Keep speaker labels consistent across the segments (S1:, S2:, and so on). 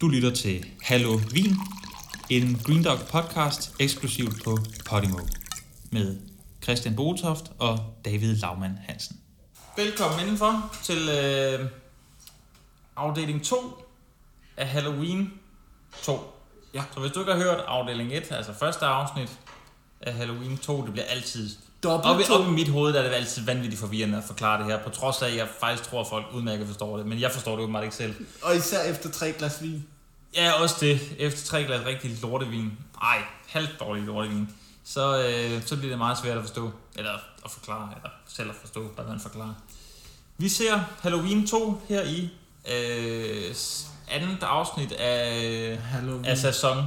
S1: Du lytter til Hallo Vin, en Green Dog podcast eksklusivt på Podimo med Christian Boltoft og David Laumann Hansen. Velkommen indenfor til øh, afdeling 2 af Halloween 2.
S2: Ja.
S1: Så hvis du ikke har hørt afdeling 1, altså første afsnit af Halloween 2, det bliver altid...
S2: Dobbelt
S1: Op, i-
S2: to.
S1: op i mit hoved der er det altid vanvittigt forvirrende at forklare det her, på trods af, at jeg faktisk tror, at folk udmærket forstår det, men jeg forstår det åbenbart ikke selv.
S2: Og især efter tre glas vin.
S1: Ja, også det. Efter tre glas rigtig lortevin. Ej, halvt dårlig lortevin. Så, øh, så bliver det meget svært at forstå. Eller at forklare. Eller selv at forstå, hvad man forklarer. Vi ser Halloween 2 her i øh, s- andet afsnit af,
S2: Halloween.
S1: af sæson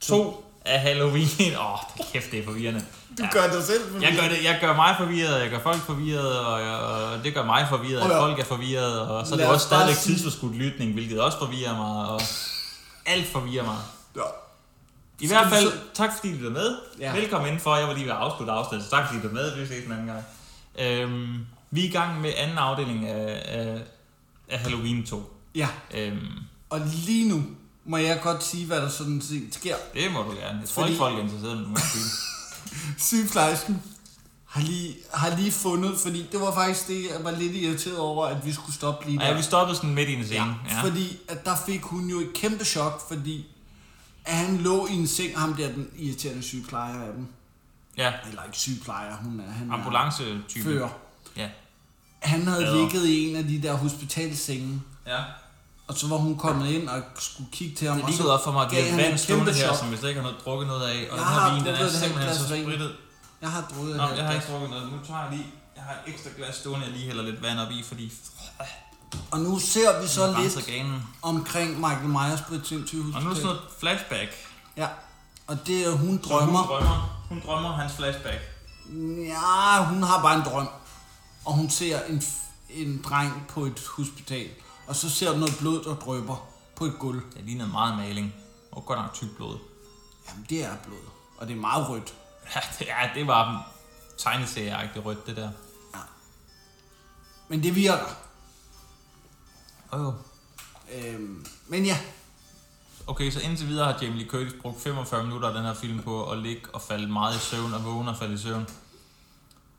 S1: 2 af Halloween. Åh, oh, kæft, det er forvirrende.
S2: Du gør dig selv for
S1: Jeg gør, det, jeg gør mig forvirret, og jeg gør folk forvirret, og, jeg, og det gør mig forvirret,
S2: Og
S1: at
S2: ja.
S1: folk er forvirret, og så er
S2: Lad
S1: det
S2: os
S1: også
S2: bare
S1: stadigvæk
S2: sige-
S1: tidsforskudt lytning, hvilket også forvirrer mig, og alt forvirrer mig.
S2: Ja.
S1: I
S2: Skal
S1: hvert
S2: vi
S1: fald,
S2: så-
S1: tak fordi I lyttede med. Ja.
S2: Ja.
S1: Velkommen indenfor. Jeg var lige ved at afslutte afsnittet, så tak fordi I lyttede med. Vi ses en anden gang. Øhm, vi er i gang med anden afdeling af, af, af Halloween 2.
S2: ja,
S1: Øhm,
S2: og lige nu må jeg godt sige, hvad der sådan set sker.
S1: det må du gerne. Jeg tror
S2: Fordi-
S1: ikke, folk er interesseret, men du må sige. det.
S2: Sygeplejersken har lige, har lige fundet, fordi det var faktisk det, jeg var lidt irriteret over, at vi skulle stoppe lige
S1: Og
S2: der.
S1: Ja, vi stoppede sådan midt i en scene. Ja, ja.
S2: Fordi at der fik hun jo et kæmpe chok, fordi at han lå i en seng, ham der den irriterende sygeplejer af dem.
S1: ja.
S2: Eller ikke sygeplejer, hun er, han er
S1: ambulance-type.
S2: fører.
S1: Ja.
S2: Han havde
S1: Fader.
S2: ligget i en af de der hospitalsenge,
S1: ja.
S2: Og så var hun kommet ind og skulle kigge til ham.
S1: Det er
S2: og
S1: lige
S2: så
S1: gået op for mig, at
S2: gav
S1: det er
S2: han
S1: vand
S2: et
S1: stående
S2: kæmpe
S1: her,
S2: chok.
S1: som hvis jeg ikke har noget drukket noget af. Og
S2: Jeg
S1: den her
S2: har
S1: vin, den er
S2: drukket et
S1: simpelthen
S2: halvt
S1: så
S2: glas vin.
S1: spritet.
S2: Jeg har drukket
S1: Nå,
S2: et
S1: jeg har ikke
S2: halvt
S1: drukket noget. Nu tager jeg lige... Jeg har et ekstra glas stående, jeg lige hælder lidt vand op i, fordi... Øh,
S2: Og nu ser vi så
S1: den renser
S2: lidt
S1: ganen.
S2: omkring Michael Myers på et sindssygt
S1: Og nu er sådan
S2: hospital.
S1: noget flashback.
S2: Ja. Og det er, hun
S1: Så Hun
S2: drømmer.
S1: drømmer. Hun drømmer hans flashback.
S2: Ja, hun har bare en drøm. Og hun ser en, f- en dreng på et hospital. Og så ser hun noget blod, der drøber på et gulv.
S1: Det ligner meget maling. Og godt nok tyk blod.
S2: Jamen, det er blod. Og det er meget rødt.
S1: Ja, det, ja, det var tegneserieagtigt rødt, det der.
S2: Men det virker.
S1: Åh jo.
S2: Øhm, men ja,
S1: Okay, så indtil videre har Jamie Lee Curtis brugt 45 minutter af den her film på at ligge og falde meget i søvn og vågne og falde i søvn.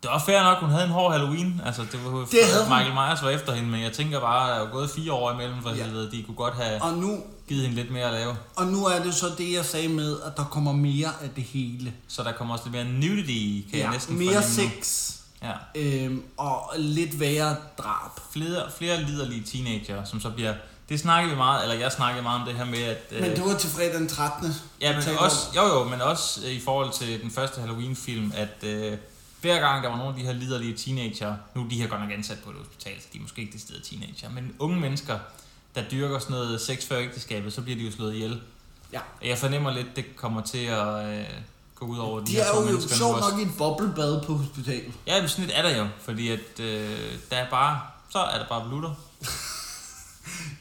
S1: Det var fair nok, hun havde en hård Halloween. Altså, det var det
S2: havde hun.
S1: Michael Myers var efter hende, men jeg tænker bare, at der er jo gået fire år imellem, for
S2: Ja.
S1: helvede, de kunne godt have
S2: og nu,
S1: givet hende lidt mere at lave.
S2: og nu er det så det, jeg sagde med, at der kommer mere af det hele.
S1: Så der kommer også lidt mere nudity, i, kan jeg næsten
S2: mere
S1: fornemme nu.
S2: sex.
S1: Ja.
S2: Øhm, og lidt værre drab.
S1: Flere, flere liderlige teenager, som så bliver... Det snakkede vi meget, eller jeg snakkede meget om det her med, at...
S2: Men det var til fredag den 13.
S1: Øh. Ja,
S2: vi
S1: men
S2: talte
S1: også,
S2: om.
S1: jo jo, men også øh, i forhold til den første Halloween-film, at øh, hver gang der var nogle af de her liderlige teenager, nu er de her godt nok ansat på et hospital, så de er måske ikke det sted teenager, men unge mennesker, der dyrker sådan noget sex før ægteskabet, så bliver de jo slået ihjel.
S2: Ja.
S1: Og jeg fornemmer lidt, det kommer til at øh, gå ud over de,
S2: De
S1: her
S2: er
S1: to
S2: jo
S1: mennesker. nu
S2: sjovt
S1: også.
S2: nok i et boblebad på hospitalet.
S1: Ja, men sådan lidt er der jo, fordi at øh, der er bare, så er der bare blutter.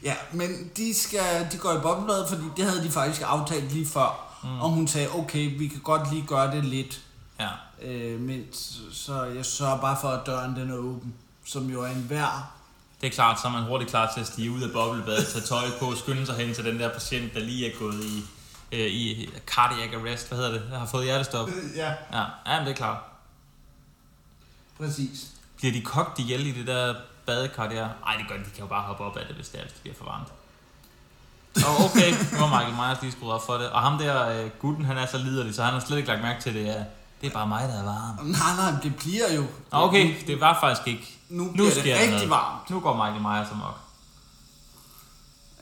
S2: Ja, men de, skal, de går i boblebad, fordi det havde de faktisk aftalt lige før. Mm. Og hun sagde, okay, vi kan godt lige gøre det lidt.
S1: Ja.
S2: Øh, men s- så jeg sørger bare for, at døren den er åben. Som jo er en vær.
S1: Det er klart, så er man hurtigt klar til at stige ud af boblebadet, tage tøj på, skynde sig hen til den der patient, der lige er gået i, øh, i cardiac arrest, hvad hedder det, der har fået hjertestop.
S2: Ja.
S1: Ja, ja men det er klart.
S2: Præcis.
S1: Bliver de kogt ihjel i det der badekar der? Ej, det gør de. De kan jo bare hoppe op af det, hvis det, er, hvis det bliver for varmt. Og okay, nu var Michael Myers lige skruet op for det. Og ham der, øh, gutten, han er så liderlig, så han har slet ikke lagt mærke til det. Ja. Det er bare mig, der er varm.
S2: Nej, nej, det bliver jo.
S1: Nå, okay, det var faktisk ikke.
S2: Nu bliver det
S1: sker der
S2: rigtig
S1: noget.
S2: varmt.
S1: Nu går Michael Myers amok.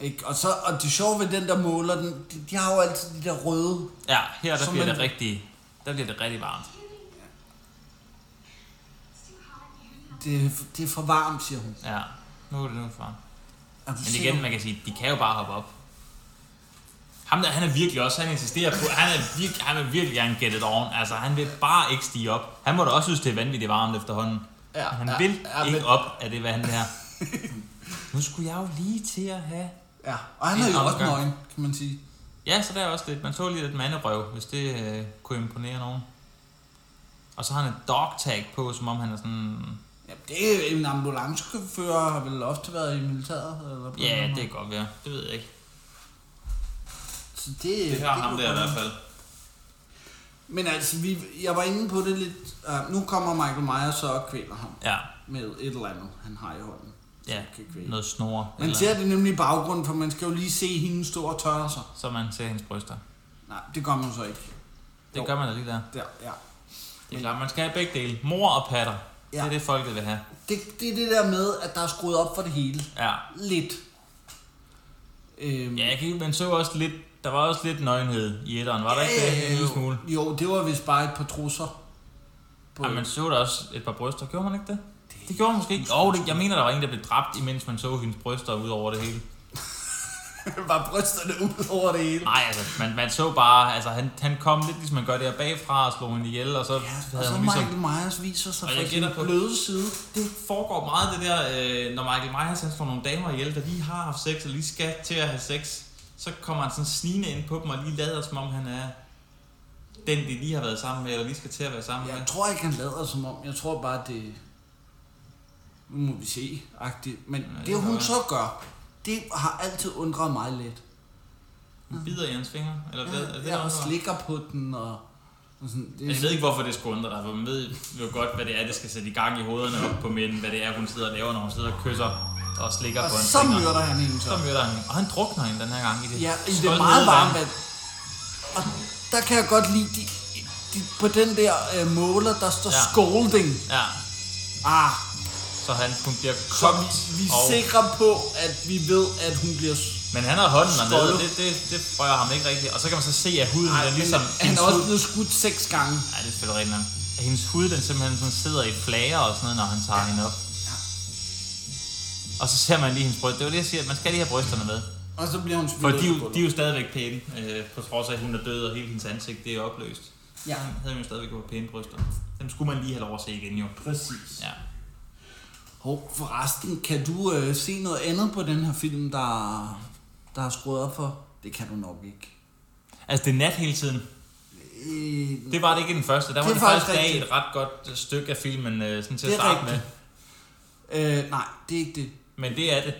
S2: Ikke? Og, så, og det sjove ved den, der måler den, de, de har jo altid de der røde
S1: Ja, her der
S2: Som
S1: bliver,
S2: man-
S1: det rigtig, der bliver det rigtig varmt.
S2: Det, det er for varmt, siger hun.
S1: Ja, nu er det nu for.
S2: Er du
S1: Men igen, man kan sige, de kan jo bare hoppe op. Ham der, han er virkelig også, han insisterer på, han er virkelig, han vil virkelig gerne get it on. Altså, han vil bare ikke stige op. Han må da også synes, det er vanvittigt varmt efterhånden.
S2: Ja,
S1: han
S2: ja,
S1: vil
S2: ja,
S1: ikke
S2: men-
S1: op af det, hvad han er. nu skulle jeg jo lige til at have...
S2: Ja, og han
S1: Det
S2: er
S1: er
S2: jo
S1: en
S2: også
S1: omgang.
S2: nøgen, kan man sige.
S1: Ja, så der er også lidt. Man så lige lidt manderøv, hvis det øh, kunne imponere nogen. Og så har han et dog tag på, som om han er sådan...
S2: Ja, det er en ambulancefører, har vel ofte været i militæret? Eller på
S1: Ja, det
S2: den måde.
S1: kan godt være. Det ved jeg ikke.
S2: Så det,
S1: Det har ham
S2: kunne
S1: der i
S2: godt
S1: hvert
S2: være.
S1: fald.
S2: Men altså, vi, jeg var inde på det lidt. Uh, nu kommer Michael Myers så og kvæler ham
S1: Ja,
S2: med et eller andet, han har i hånden.
S1: ja.
S2: Kan kvæle.
S1: Noget snor.
S2: Man ser det nemlig i baggrunden, for man skal jo lige se hende stå og tørre sig.
S1: Så man ser hendes bryster.
S2: Nej, det gør man så ikke.
S1: Det
S2: Jo.
S1: gør man da lige der.
S2: Der, ja.
S1: Det er klart, man skal have begge dele. Mor og patter. Ja. Det er
S2: Ja.
S1: det, folket vil have.
S2: Det, det er det der med, at der er skruet op for det hele.
S1: Ja.
S2: Lidt. Øhm,
S1: Ja, jeg kan ikke, man så også lidt, der var også lidt nøgenhed i etteren, var der ikke det? En lille
S2: jo.
S1: smule.
S2: Jo, det var vist bare et par trusser. På,
S1: Ja, man så der også et par bryster, gjorde man ikke det? Det gjorde man måske ikke. Jo, det, jeg mener, der var en, der blev dræbt, imens man så hendes bryster ud over det hele.
S2: var brysterne ud over det hele.
S1: Nej, altså, man, man så bare, altså han, han kom lidt, ligesom man gør det her bagfra og slog hende ihjel, og så
S2: Ja, og
S1: havde
S2: så
S1: hun
S2: Michael
S1: ligesom...
S2: ligesom... Myers viser sig
S1: Og
S2: fra
S1: jeg
S2: sin
S1: gætter på-
S2: bløde side.
S1: Det foregår meget det der, øh, når Michael Myers han får nogle damer ihjel, der lige har haft sex og lige skal til at have sex, så kommer han sådan snigende ind på dem og lige lader som om han er den, de lige har været sammen med, eller lige skal til at være sammen med.
S2: Jeg tror ikke, han lader som om. Jeg tror bare, det... Nu må vi se, agtigt. Men
S1: Ja,
S2: ja,
S1: det
S2: det,
S1: kan
S2: hun
S1: være.
S2: så gør, det har altid undret mig lidt.
S1: Hun bider i hans fingre, eller hvad? Er det,
S2: Jeg,
S1: det,
S2: jeg
S1: der undrer?
S2: slikker på den, og, og sådan, det,
S1: Jeg ved ikke, hvorfor det skulle undre dig, for man ved jo godt, hvad det er, det skal sætte i gang i hovederne op på mænd, hvad det er, hun sidder og laver, når hun sidder og kysser og slikker
S2: og
S1: på hans
S2: så
S1: fingre.
S2: myrder han hende så.
S1: Så myrder han hende. Og han drukner hende den her gang i det
S2: Ja, i det
S1: kolde
S2: meget
S1: nedevand.
S2: varme vand. Og der kan jeg godt lide, de, de, på den der øh, måler, der står
S1: Ja.
S2: ja. scolding.
S1: Ja,
S2: Ah,
S1: så han, hun bliver
S2: så vi,
S1: kogt.
S2: vi er
S1: og,
S2: sikre på, at vi ved, at hun bliver... s-
S1: Men han har hånden dernede,
S2: Skålet.
S1: det, det, det rører ham ikke rigtigt. Og så kan man så se, at huden
S2: Ej,
S1: den
S2: men
S1: ligesom...
S2: han
S1: hendes
S2: er også
S1: hud-
S2: blevet skudt seks gange.
S1: Ej, det er selvfølgelig rigtigt nok. At hendes hud, den simpelthen sådan sidder i flager og sådan noget, når han tager ja. hende op.
S2: Ja.
S1: Og så ser man lige hendes bryst. Det var det, jeg siger, at man skal lige have brysterne med.
S2: Og så bliver hun
S1: For
S2: selvfølgelig
S1: de, er jo- de
S2: udbundet.
S1: er jo stadigvæk pæne, øh, på trods af, at hun er død, og hele hendes ansigt det er opløst.
S2: Ja,
S1: Han havde hun jo stadigvæk været pæne bryster. Dem skulle man lige have lov at se igen, jo.
S2: præcis.
S1: Ja.
S2: Hov, forresten, kan du øh, se noget andet på den her film, der, der er skruet op for? Det kan du nok ikke.
S1: Altså, det er nat hele tiden.
S2: Øh,
S1: Det var det ikke i den første. Der var
S2: Det
S1: det,
S2: er
S1: det
S2: faktisk
S1: faktisk dag
S2: rigtigt.
S1: et ret godt stykke af filmen øh, sådan til
S2: Det
S1: at
S2: er
S1: starte med.
S2: rigtigt. øh, nej, det er ikke det.
S1: Men det er det.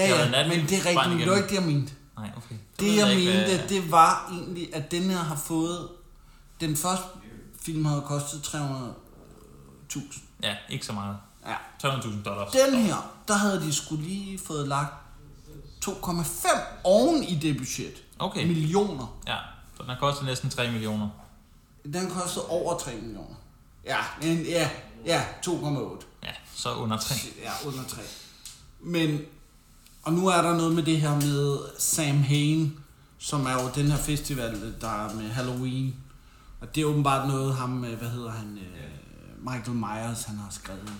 S1: Det har
S2: ja,
S1: været natten,
S2: men det er
S1: vejen
S2: rigtigt. Det var
S1: igennem.
S2: ikke det, jeg mente.
S1: Nej, okay. Så ved
S2: Det, jeg
S1: ikke, hvad-
S2: mente, det var egentlig, at den her har fået... Den første film havde kostet 300.000.
S1: Ja, ikke så meget.
S2: Ja.
S1: 300.000 dollars.
S2: Den her, der havde de skulle lige fået lagt 2,5 oven i det budget.
S1: Okay.
S2: Millioner.
S1: Ja, så den har kostet næsten 3 millioner.
S2: Den kostede over 3 millioner. Ja, men ja, ja, 2,8.
S1: Ja, så under 3.
S2: Ja, under 3. Men, og nu er der noget med det her med Sam Hain, som er jo den her festival, der er med Halloween. Og det er åbenbart noget, ham, øh, hvad hedder han, øh, Michael Myers, han har skrevet.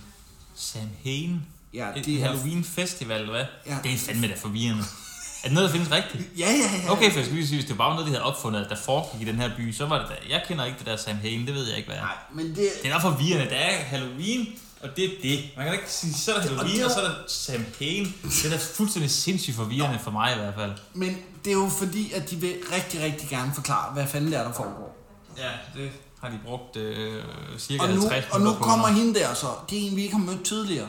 S1: Sam Hain.
S2: Ja,
S1: Et
S2: det er-
S1: Halloween Festival, eller hvad?
S2: Ja.
S1: Det er fandme da forvirrende. Er det noget, der findes rigtigt?
S2: Ja, ja, ja.
S1: Okay, for jeg skulle lige sige, hvis det var noget, de havde opfundet, der foregik i den her by, så var det da. Jeg kender ikke det der Sam Hain, det ved jeg ikke, hvad er.
S2: Nej, men det,
S1: Det er da forvirrende, der er Halloween, og det er det. Man kan da ikke sige, så er der Halloween,
S2: det er-
S1: og så er der Sam Hain. Det er da fuldstændig sindssygt forvirrende for mig i hvert fald.
S2: men det er jo fordi, at de vil rigtig, rigtig gerne forklare, hvad fanden det er, der foregår.
S1: Ja, det har de brugt øh, cirka
S2: Og nu,
S1: 50
S2: og nu
S1: minutter på
S2: kommer hende der så. Det er en, vi ikke har mødt tidligere.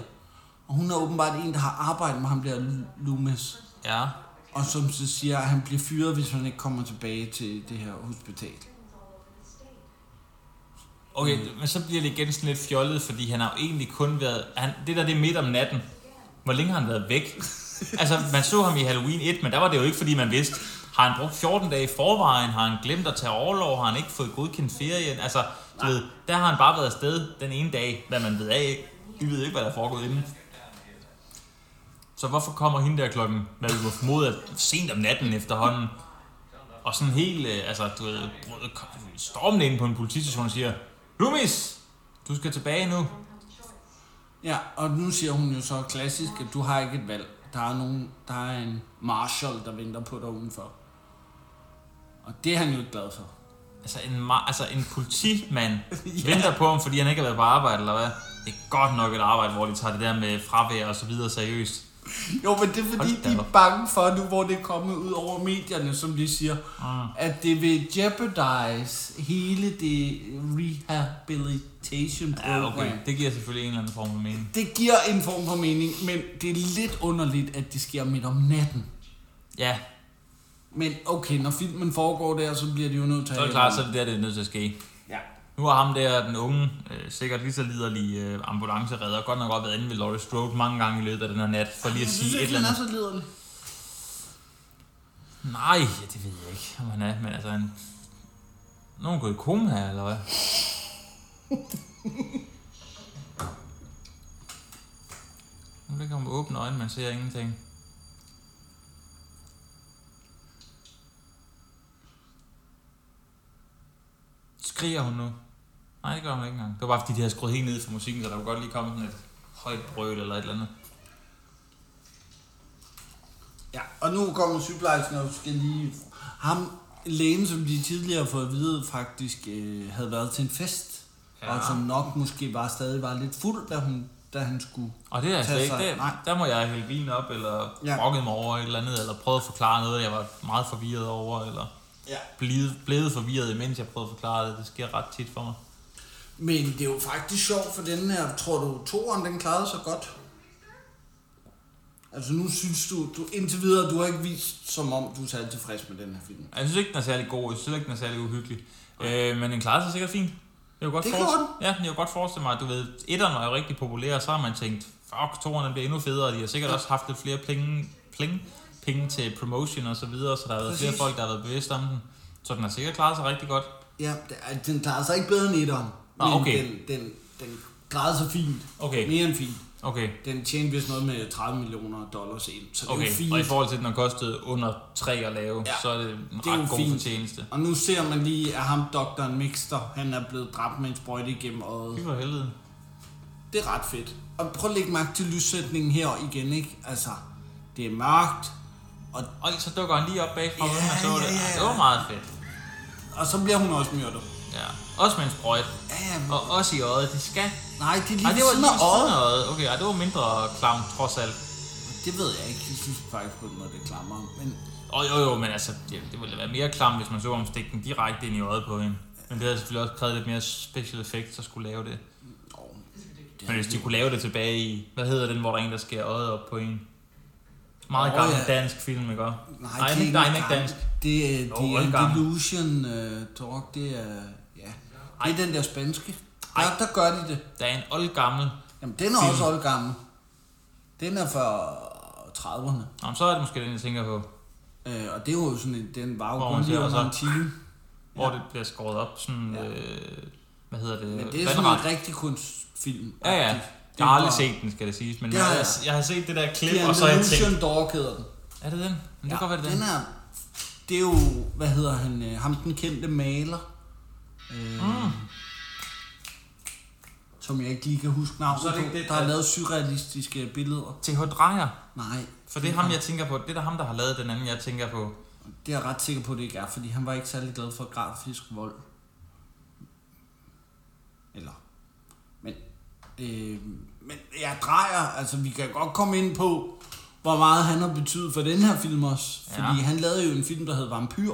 S2: Og hun er åbenbart en, der har arbejdet med ham der Lu- Loomis.
S1: Ja,
S2: Og som så siger, at han bliver fyret, hvis han ikke kommer tilbage til det her hospital.
S1: Okay,
S2: Mm.
S1: men så bliver det igen sådan lidt fjollet, fordi han har jo egentlig kun været... Han, det der, det er midt om natten. Hvor længe har han været væk? altså, man så ham i Halloween 1, men der var det jo ikke, fordi man vidste, har han brugt 14 dage i forvejen? Har han glemt at tage overlov? Har han ikke fået godkendt ferien? Altså, du ved, der har han bare været afsted den ene dag, hvad man ved af, ikke? Vi ved ikke, hvad der er foregået inden. Så hvorfor kommer hende der klokken, hvad vi må formode, er sent om natten efterhånden, og sådan helt, øh, altså, du ved, brød- kom- stormen ind på en politistation og siger, Lumis, du skal tilbage nu.
S2: Ja, og nu siger hun jo så klassisk, at du har ikke et valg. Der er, nogen, der er en marshal, der venter på dig udenfor. Og det er han jo ikke glad for.
S1: Altså en, ma- altså en politimand venter på ham, fordi han ikke har været på arbejde, eller hvad? Det er godt nok et arbejde, hvor de tager det der med fravær og så videre seriøst.
S2: Jo, men det er fordi,
S1: Hold da
S2: de er
S1: op.
S2: bange for nu, hvor det er kommet ud over medierne, som de siger,
S1: Ah.
S2: at det vil jeopardize hele det rehabilitation program.
S1: Ja, okay. Det giver selvfølgelig en eller anden form for mening.
S2: Det giver en form for mening, men det er lidt underligt, at det sker midt om natten.
S1: Ja,
S2: Men okay, når filmen foregår der, så bliver de jo nødt til
S1: Så er det klart, så er det der, det er nødt til at ske.
S2: Ja.
S1: Nu har ham der, den unge, øh, sikkert lige så liderlige øh, ambulanceredder, godt nok været inde ved Laurie Strode mange gange i løbet af den her nat, for lige at sige et eller andet.
S2: Jeg synes ikke, han er så liderlig.
S1: Nej, ja, det ved jeg ikke, om han er, men altså han... Nu er han gået i koma, her, eller hvad? nu ligger han med åbne øjne, man ser ingenting. Skriger hun nu? Nej, det gør hun ikke engang. Det var bare fordi, de havde skruet helt ned for musikken, så der kunne godt lige komme sådan et højt brøl eller et eller andet.
S2: Ja, og nu kommer sygeplejersken og skal lige... Ham, lægen, som de tidligere har fået at vide, faktisk øh, havde været til en fest.
S1: Ja.
S2: Ja. Og som nok måske bare stadig var lidt fuld, da, hun, da han skulle.
S1: Og det er altså
S2: tage
S1: ikke,
S2: sig-
S1: det,
S2: nej.
S1: der må jeg hælde bilen op, eller ja.
S2: Ja.
S1: brokke mig over et eller andet, eller prøve at forklare noget, jeg var meget forvirret over, eller
S2: Ja.
S1: blevet, blevet forvirret, imens jeg prøvede at forklare det. Det sker ret tit for mig.
S2: Men det er jo faktisk sjovt for den her, tror du, toeren, den klarede sig godt? Altså nu synes du, du indtil videre, du har ikke vist, som om du er særlig tilfreds med den her film.
S1: Jeg synes ikke, den er særlig god, jeg synes ikke, den er særlig uhyggelig, øh, men den klarede sig sikkert fint. Jeg kunne godt
S2: Det
S1: forest-
S2: gjorde
S1: Ja, jeg kunne godt forestille mig, at du ved, etteren var jo rigtig populær, og så har man tænkt, fuck, toeren bliver endnu federe, og de har sikkert også haft lidt flere penge, penge, penge til promotion og så videre, så der har været flere
S2: Præcis.
S1: folk, der har været bevidste om den. Så den har sikkert klaret sig rigtig godt.
S2: Ja, det- ej, den klarede sig ikke bedre end etteren.
S1: Nå,
S2: men
S1: okay.
S2: den, den, den klarede sig fint.
S1: Okay.
S2: Mere end fint.
S1: Okay,
S2: Den tjente vist noget med 30 millioner dollars ind, så det er
S1: Okay,
S2: jo
S1: og i
S2: fint.
S1: forhold til, at den har kostet under 3 at lave, ja,
S2: Ja,
S1: så er det en
S2: det er
S1: ret
S2: jo
S1: god
S2: fint.
S1: fortjeneste.
S2: Og nu ser man lige, at ham, doktoren Mixter, han er blevet dræbt med en sprøjte igennem
S1: Fy
S2: øjet.
S1: for helvede.
S2: Det er ret fedt. Og prøv at lægge mærke til lyssætningen her igen, ikke? Altså, det er mørkt, og,
S1: Og så dukker han lige op bagfra,
S2: Ja,
S1: uden man så
S2: ja,
S1: det. Ej,
S2: ja.
S1: det var meget fedt.
S2: og så bliver hun også myrdet.
S1: Ja. Også med en sprøjt.
S2: Ja, ja, men-
S1: Og også i øjet. Det skal.
S2: nej, det er lige
S1: Ej, det var
S2: sådan
S1: lige ved siden
S2: noget.
S1: af øjet. Okay, ej, det var mindre klamt, trods alt.
S2: Det ved jeg ikke. Jeg synes faktisk på den måde, det er klammer. Men
S1: Og jo, jo, men altså, det, det ville være mere klamt, hvis man så om stikken direkte ind i øjet på hende. Men det havde selvfølgelig også krævet lidt mere special effects at skulle lave det.
S2: åh, det
S1: Men hvis de kunne lave det tilbage i, hvad hedder den, hvor der er en, der skærer øjet op på en? Meget
S2: Åh,
S1: gammel
S2: ja.
S1: dansk film, ikke? også?
S2: Nej,
S1: nej,
S2: det er
S1: ikke,
S2: ikke,
S1: nej, ikke
S2: gammel.
S1: dansk.
S2: Det, er-
S1: Nå,
S2: det er en
S1: oldgammel.
S2: delusion uh, talk. Det er, ja.
S1: Ej.
S2: det er den der spanske.
S1: Ej.
S2: Der, der gør de det.
S1: Der er en oldgammel.
S2: Jamen, den er
S1: Film.
S2: også oldgammel. Den er fra 30'erne.
S1: Nå, men så er det måske den, jeg tænker på.
S2: Øh, og det er jo sådan en, den var jo
S1: Hvor
S2: kun
S1: man
S2: lige
S1: ser
S2: under en
S1: så-
S2: time.
S1: Hvor
S2: Ja.
S1: det bliver skåret op sådan...
S2: Ja.
S1: Øh, hvad hedder det?
S2: Men det er sådan
S1: vandret.
S2: en rigtig kunstfilm.
S1: Ja, ja.
S2: Det
S1: Jeg har
S2: var-
S1: aldrig set den, skal det siges. Men
S2: Det
S1: jeg,
S2: har
S1: jeg,
S2: jeg.
S1: jeg har set det der klip,
S2: Det er
S1: og så har jeg tænkt...
S2: Delusion Dog hedder den.
S1: Er det den? Men det kan godt være, det er
S2: den
S1: den.
S2: er, det er jo, hvad hedder han, øh, ham den kendte maler. Øh,
S1: Ah.
S2: mm. Som jeg ikke lige kan huske navnet
S1: Så er det
S2: på,
S1: ikke det,
S2: der har
S1: der-
S2: lavet surrealistiske billeder.
S1: T.H. Dreyer.
S2: Nej,
S1: For det er ham, jeg tænker på. Det er der ham, der har lavet den anden, jeg tænker på.
S2: det er jeg ret sikker på, det ikke er, fordi han var ikke særlig glad for grafisk vold. Eller... Men, øh, men jeg drejer, altså vi kan godt komme ind på, hvor meget han har betydet for den her film også. Fordi
S1: Ja.
S2: han lavede jo en film, der hed Vampyr.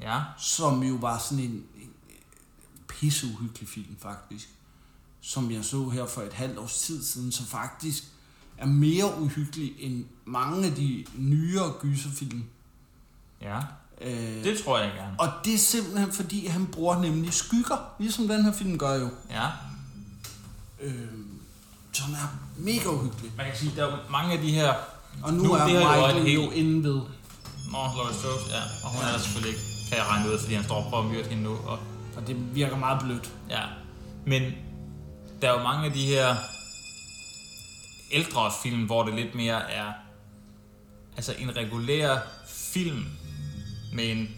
S1: Ja.
S2: som jo var sådan en, en pisseuhyggelig film faktisk, som jeg så her for et halvt års tid siden, som faktisk er mere uhyggelig end mange af de nyere gyserfilm.
S1: Ja.
S2: Øh,
S1: Det tror jeg gerne.
S2: og det er simpelthen fordi, han bruger nemlig skygger, ligesom den her film gør jo,
S1: Ja.
S2: øh, som er mega uhyggelig.
S1: Man kan sige, der er mange af de her...
S2: Og nu,
S1: Nu
S2: nu
S1: er
S2: er
S1: det her jo
S2: Michael
S1: en
S2: jo,
S1: hel-
S2: jo inde ved.
S1: Nå, Laurie Strode, ja. Og hun er der selvfølgelig ikke, kan jeg regne ud, fordi han står og prøver at myrde hende nu. Og
S2: Og det virker meget blødt.
S1: Ja, men der er jo mange af de her ældre film, hvor det lidt mere er altså en regulær film med en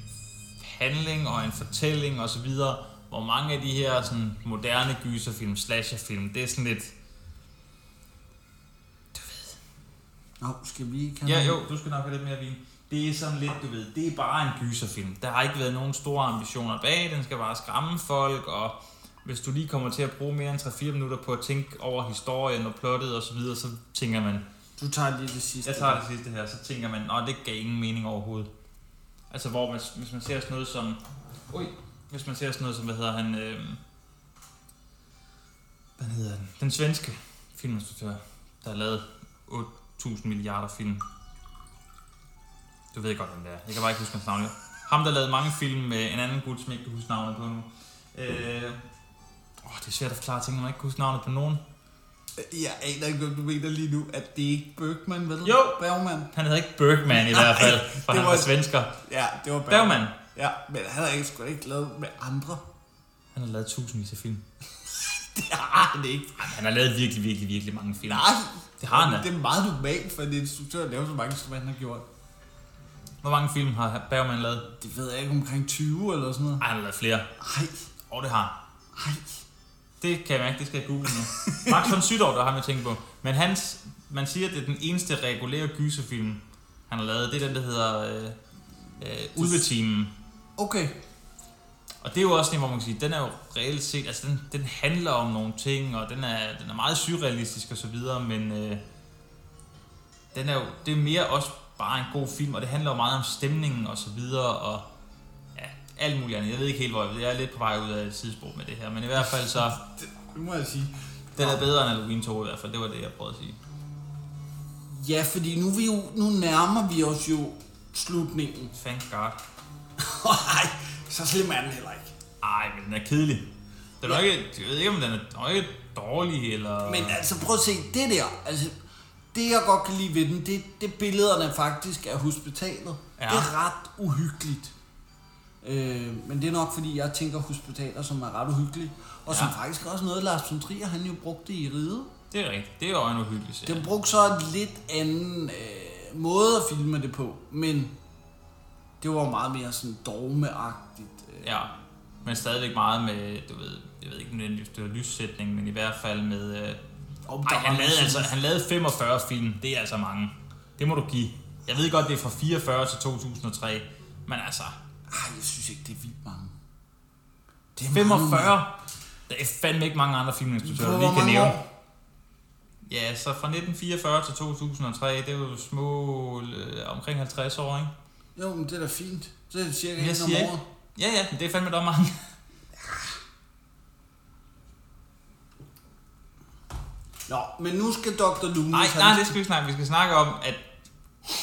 S1: handling og en fortælling og så videre, hvor mange af de her sådan, moderne gyserfilm, slasherfilm, det er sådan lidt...
S2: Nå, skal vi ikke have
S1: Ja,
S2: noget?
S1: jo, du skal nok have lidt mere vin. Det er sådan lidt, du ved, det er bare en gyserfilm. Der har ikke været nogen store ambitioner bag, den skal bare skræmme folk, og hvis du lige kommer til at bruge mere end 3-4 minutter på at tænke over historien og plottet og så videre, så tænker man,
S2: Du tager lige det sidste.
S1: jeg tager det sidste her, så tænker man, nej, det gav ingen mening overhovedet. Altså, hvor man, hvis man ser sådan noget som, ui, hvis man ser sådan noget som, hvad hedder han, øh, hvad hedder han, den svenske filminstruktør, der har lavet 8.000 milliarder film. Du ved godt, hvem det er. Jeg kan bare ikke huske hans navn. nu. Ham, der lavede mange film med en anden gut, som jeg ikke kan huske navnet på nu. Øh, åh, det er svært at forklare ting, når man ikke kan huske navnet på nogen.
S2: Jeg aner ikke, hvem du mener lige nu, at det er ikke Bergman, vel?
S1: Jo.
S2: Bergman.
S1: Han hedder ikke Bergman i hvert fald, for
S2: det
S1: han
S2: var-
S1: var svensker.
S2: Ja, det var Bergman.
S1: Bergman.
S2: Ja, men han har ikke, sgu da ikke lavet med andre.
S1: Han har lavet tusindvis af film.
S2: Det har han ikke.
S1: Han har lavet virkelig, virkelig, virkelig mange film. Ah,
S2: Nej.
S1: Det har han da.
S2: Det er meget normalt for en instruktør at lave så mange, som han har gjort.
S1: Hvor mange film har Bergman lavet?
S2: Det ved jeg ikke, omkring 20 eller sådan noget.
S1: Ej, han har lavet flere.
S2: Ej,
S1: Og det har han.
S2: ej.
S1: Det kan jeg mærke, det skal jeg google nu. Max von Sydow, der har jeg tænkt på. Men hans, man siger, at det er den eneste regulære gyserfilm, han har lavet. Det er den, der hedder øh, øh, Ulvetimen.
S2: Okay.
S1: Og det er jo også en, hvor man kan sige, den er jo reelt set, altså den, den handler om nogle ting, og den er, den er meget surrealistisk og så videre, men øh, den er jo, det er mere også bare en god film, og det handler jo meget om stemningen og så videre, og ja, alt muligt andet. Jeg ved ikke helt, hvor jeg, jeg er lidt på vej ud af et sidespor med det her, men i hvert fald så,
S2: Det, det må jeg sige.
S1: den er bedre end Halloween 2 i hvert fald, det var det, jeg prøvede at sige.
S2: Ja, fordi nu, er vi jo, nu nærmer vi os jo slutningen.
S1: Thank God.
S2: Nej, så slem er den heller ikke.
S1: Ej, men den er kedelig. Den er ja. ikke, jeg ved ikke, om den er, den er ikke dårlig, eller...
S2: Men altså, prøv at se, det der, altså, det jeg godt kan lide ved den, det, det er billederne faktisk af hospitalet.
S1: Ja.
S2: Ja. Det er ret uhyggeligt. Øh, men det er nok, fordi jeg tænker hospitaler, som er ret uhyggelige. Og som
S1: Ja.
S2: faktisk også noget, Lars von Trier, han jo brugte i ride.
S1: Det er rigtigt, det er jo en uhyggelig serie.
S2: Den brugte så en lidt anden øh, måde at filme det på, men det var meget mere sådan dogmeagtigt. Øh.
S1: Ja, men stadigvæk meget med, du ved, jeg ved ikke nødvendigvis, det var lyssætning, men i hvert fald med... Øh,
S2: Om
S1: ej,
S2: der
S1: han
S2: var
S1: lavede,
S2: noget
S1: altså,
S2: sådan-
S1: han lavede 45 film, det er altså mange. Det må du give. Jeg ved godt, det er fra 44 til 2003, men altså,
S2: Ej, jeg synes ikke, det er vildt mange. Det er
S1: 45? Der er fandme ikke mange andre filminstruktører,
S2: På
S1: vi
S2: hvor
S1: kan
S2: mange
S1: nævne.
S2: år?
S1: Ja, så fra 1944 til 2003, det er jo små øh, omkring 50 år, ikke?
S2: Jo, men det er da fint. Det er cirka
S1: Jeg
S2: en om
S1: siger ikke.
S2: året.
S1: Ja, ja, men det er fandme der mange.
S2: Nå, men nu skal Dr. Loomis...
S1: Nej,
S2: han-
S1: nej, det skal vi ikke snakke. om. Vi skal snakke om at,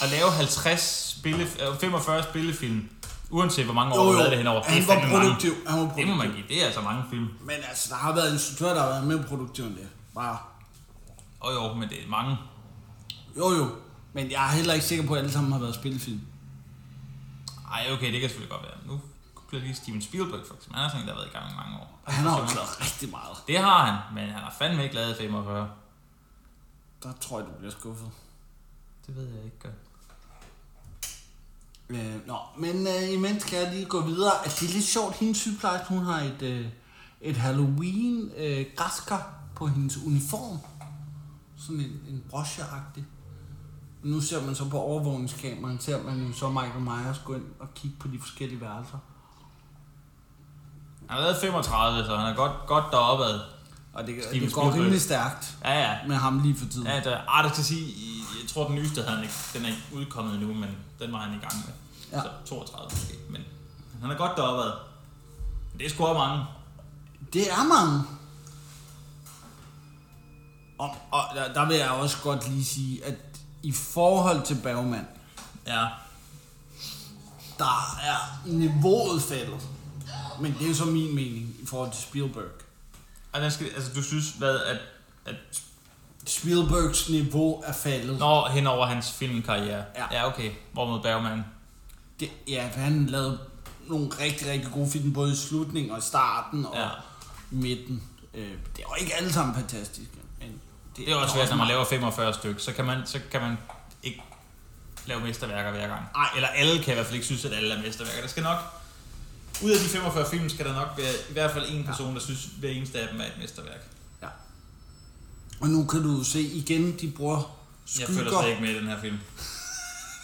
S1: at lave 50 spille, øh, 45 spillefilm, uanset hvor mange år
S2: Jo,
S1: du
S2: jo,
S1: lavede det henover. Det er
S2: han var
S1: fandme mange.
S2: produktiv. Han var
S1: Det
S2: produktiv.
S1: må man give. Det er altså mange film.
S2: Men altså, der har været instruktører, der har været mere produktiv end det. Bare.
S1: Og jo, men det er mange.
S2: Jo, jo. Men jeg er heller ikke sikker på, at alle sammen har været spillefilm.
S1: Ej, okay, det kan selvfølgelig godt være. Nu kunne jeg lige Steven Spielberg, for eksempel. Han er sådan en, der har været i gang i mange år.
S2: Og han har også lavet rigtig meget.
S1: Det har han, men han har fandme ikke lavet 45.
S2: Der tror jeg, du bliver skuffet.
S1: Det ved jeg ikke.
S2: Øh, nå, men øh, imens kan jeg lige gå videre. Altså, det er lidt sjovt, hendes sygeplejerske, hun har et, øh, et Halloween øh, græskar på hendes uniform. Sådan en, en brocheagtig. Nu ser man så på overvågningskameraen, ser man jo så Michael Myers gå ind og kigge på de forskellige værelser.
S1: Han har lavet 35, så han er godt, godt deroppe ad.
S2: Og det,
S1: Steven
S2: det går
S1: Spielberg.
S2: rimelig stærkt
S1: Ja, ja.
S2: med ham lige for tiden.
S1: Ja, der, ah, det skal sige, i- jeg tror den nyeste havde han ikke, den er ikke udkommet endnu, men den var han i gang med.
S2: Ja.
S1: Så 32 måske, men han er godt deroppe ad. Men Det er sgu også mange.
S2: Det er mange. Og, og der, der vil jeg også godt lige sige, at i forhold til Bergman,
S1: Ja,
S2: der er niveauet faldet. Men det er så min mening i forhold til Spielberg.
S1: og den skal, altså du synes, hvad, at, at
S2: Spielbergs niveau er faldet. Nå.
S1: når hen over hans filmkarriere.
S2: Ja.
S1: ja okay. Hvor mod Bergman.
S2: Det, ja, for han lavede nogle rigtig, rigtig gode film, både i slutningen og i starten og
S1: Ja.
S2: ja. midten. Øh, det er jo ikke alle sammen fantastiske. Men
S1: Det er også svært, når man laver
S2: meget-
S1: 45 stykker, så kan man, så kan man ikke lave mesterværker hver gang.
S2: Ej.
S1: Eller alle kan i hvert fald ikke synes, at alle er mesterværker. Der skal nok, ud af de 45 film, skal der nok være i hvert fald en person, der synes, at hver eneste af dem er et mesterværk.
S2: Ja. Og nu kan du se igen, de bruger
S1: Jeg
S2: skygger.
S1: følger slet ikke med i den her film.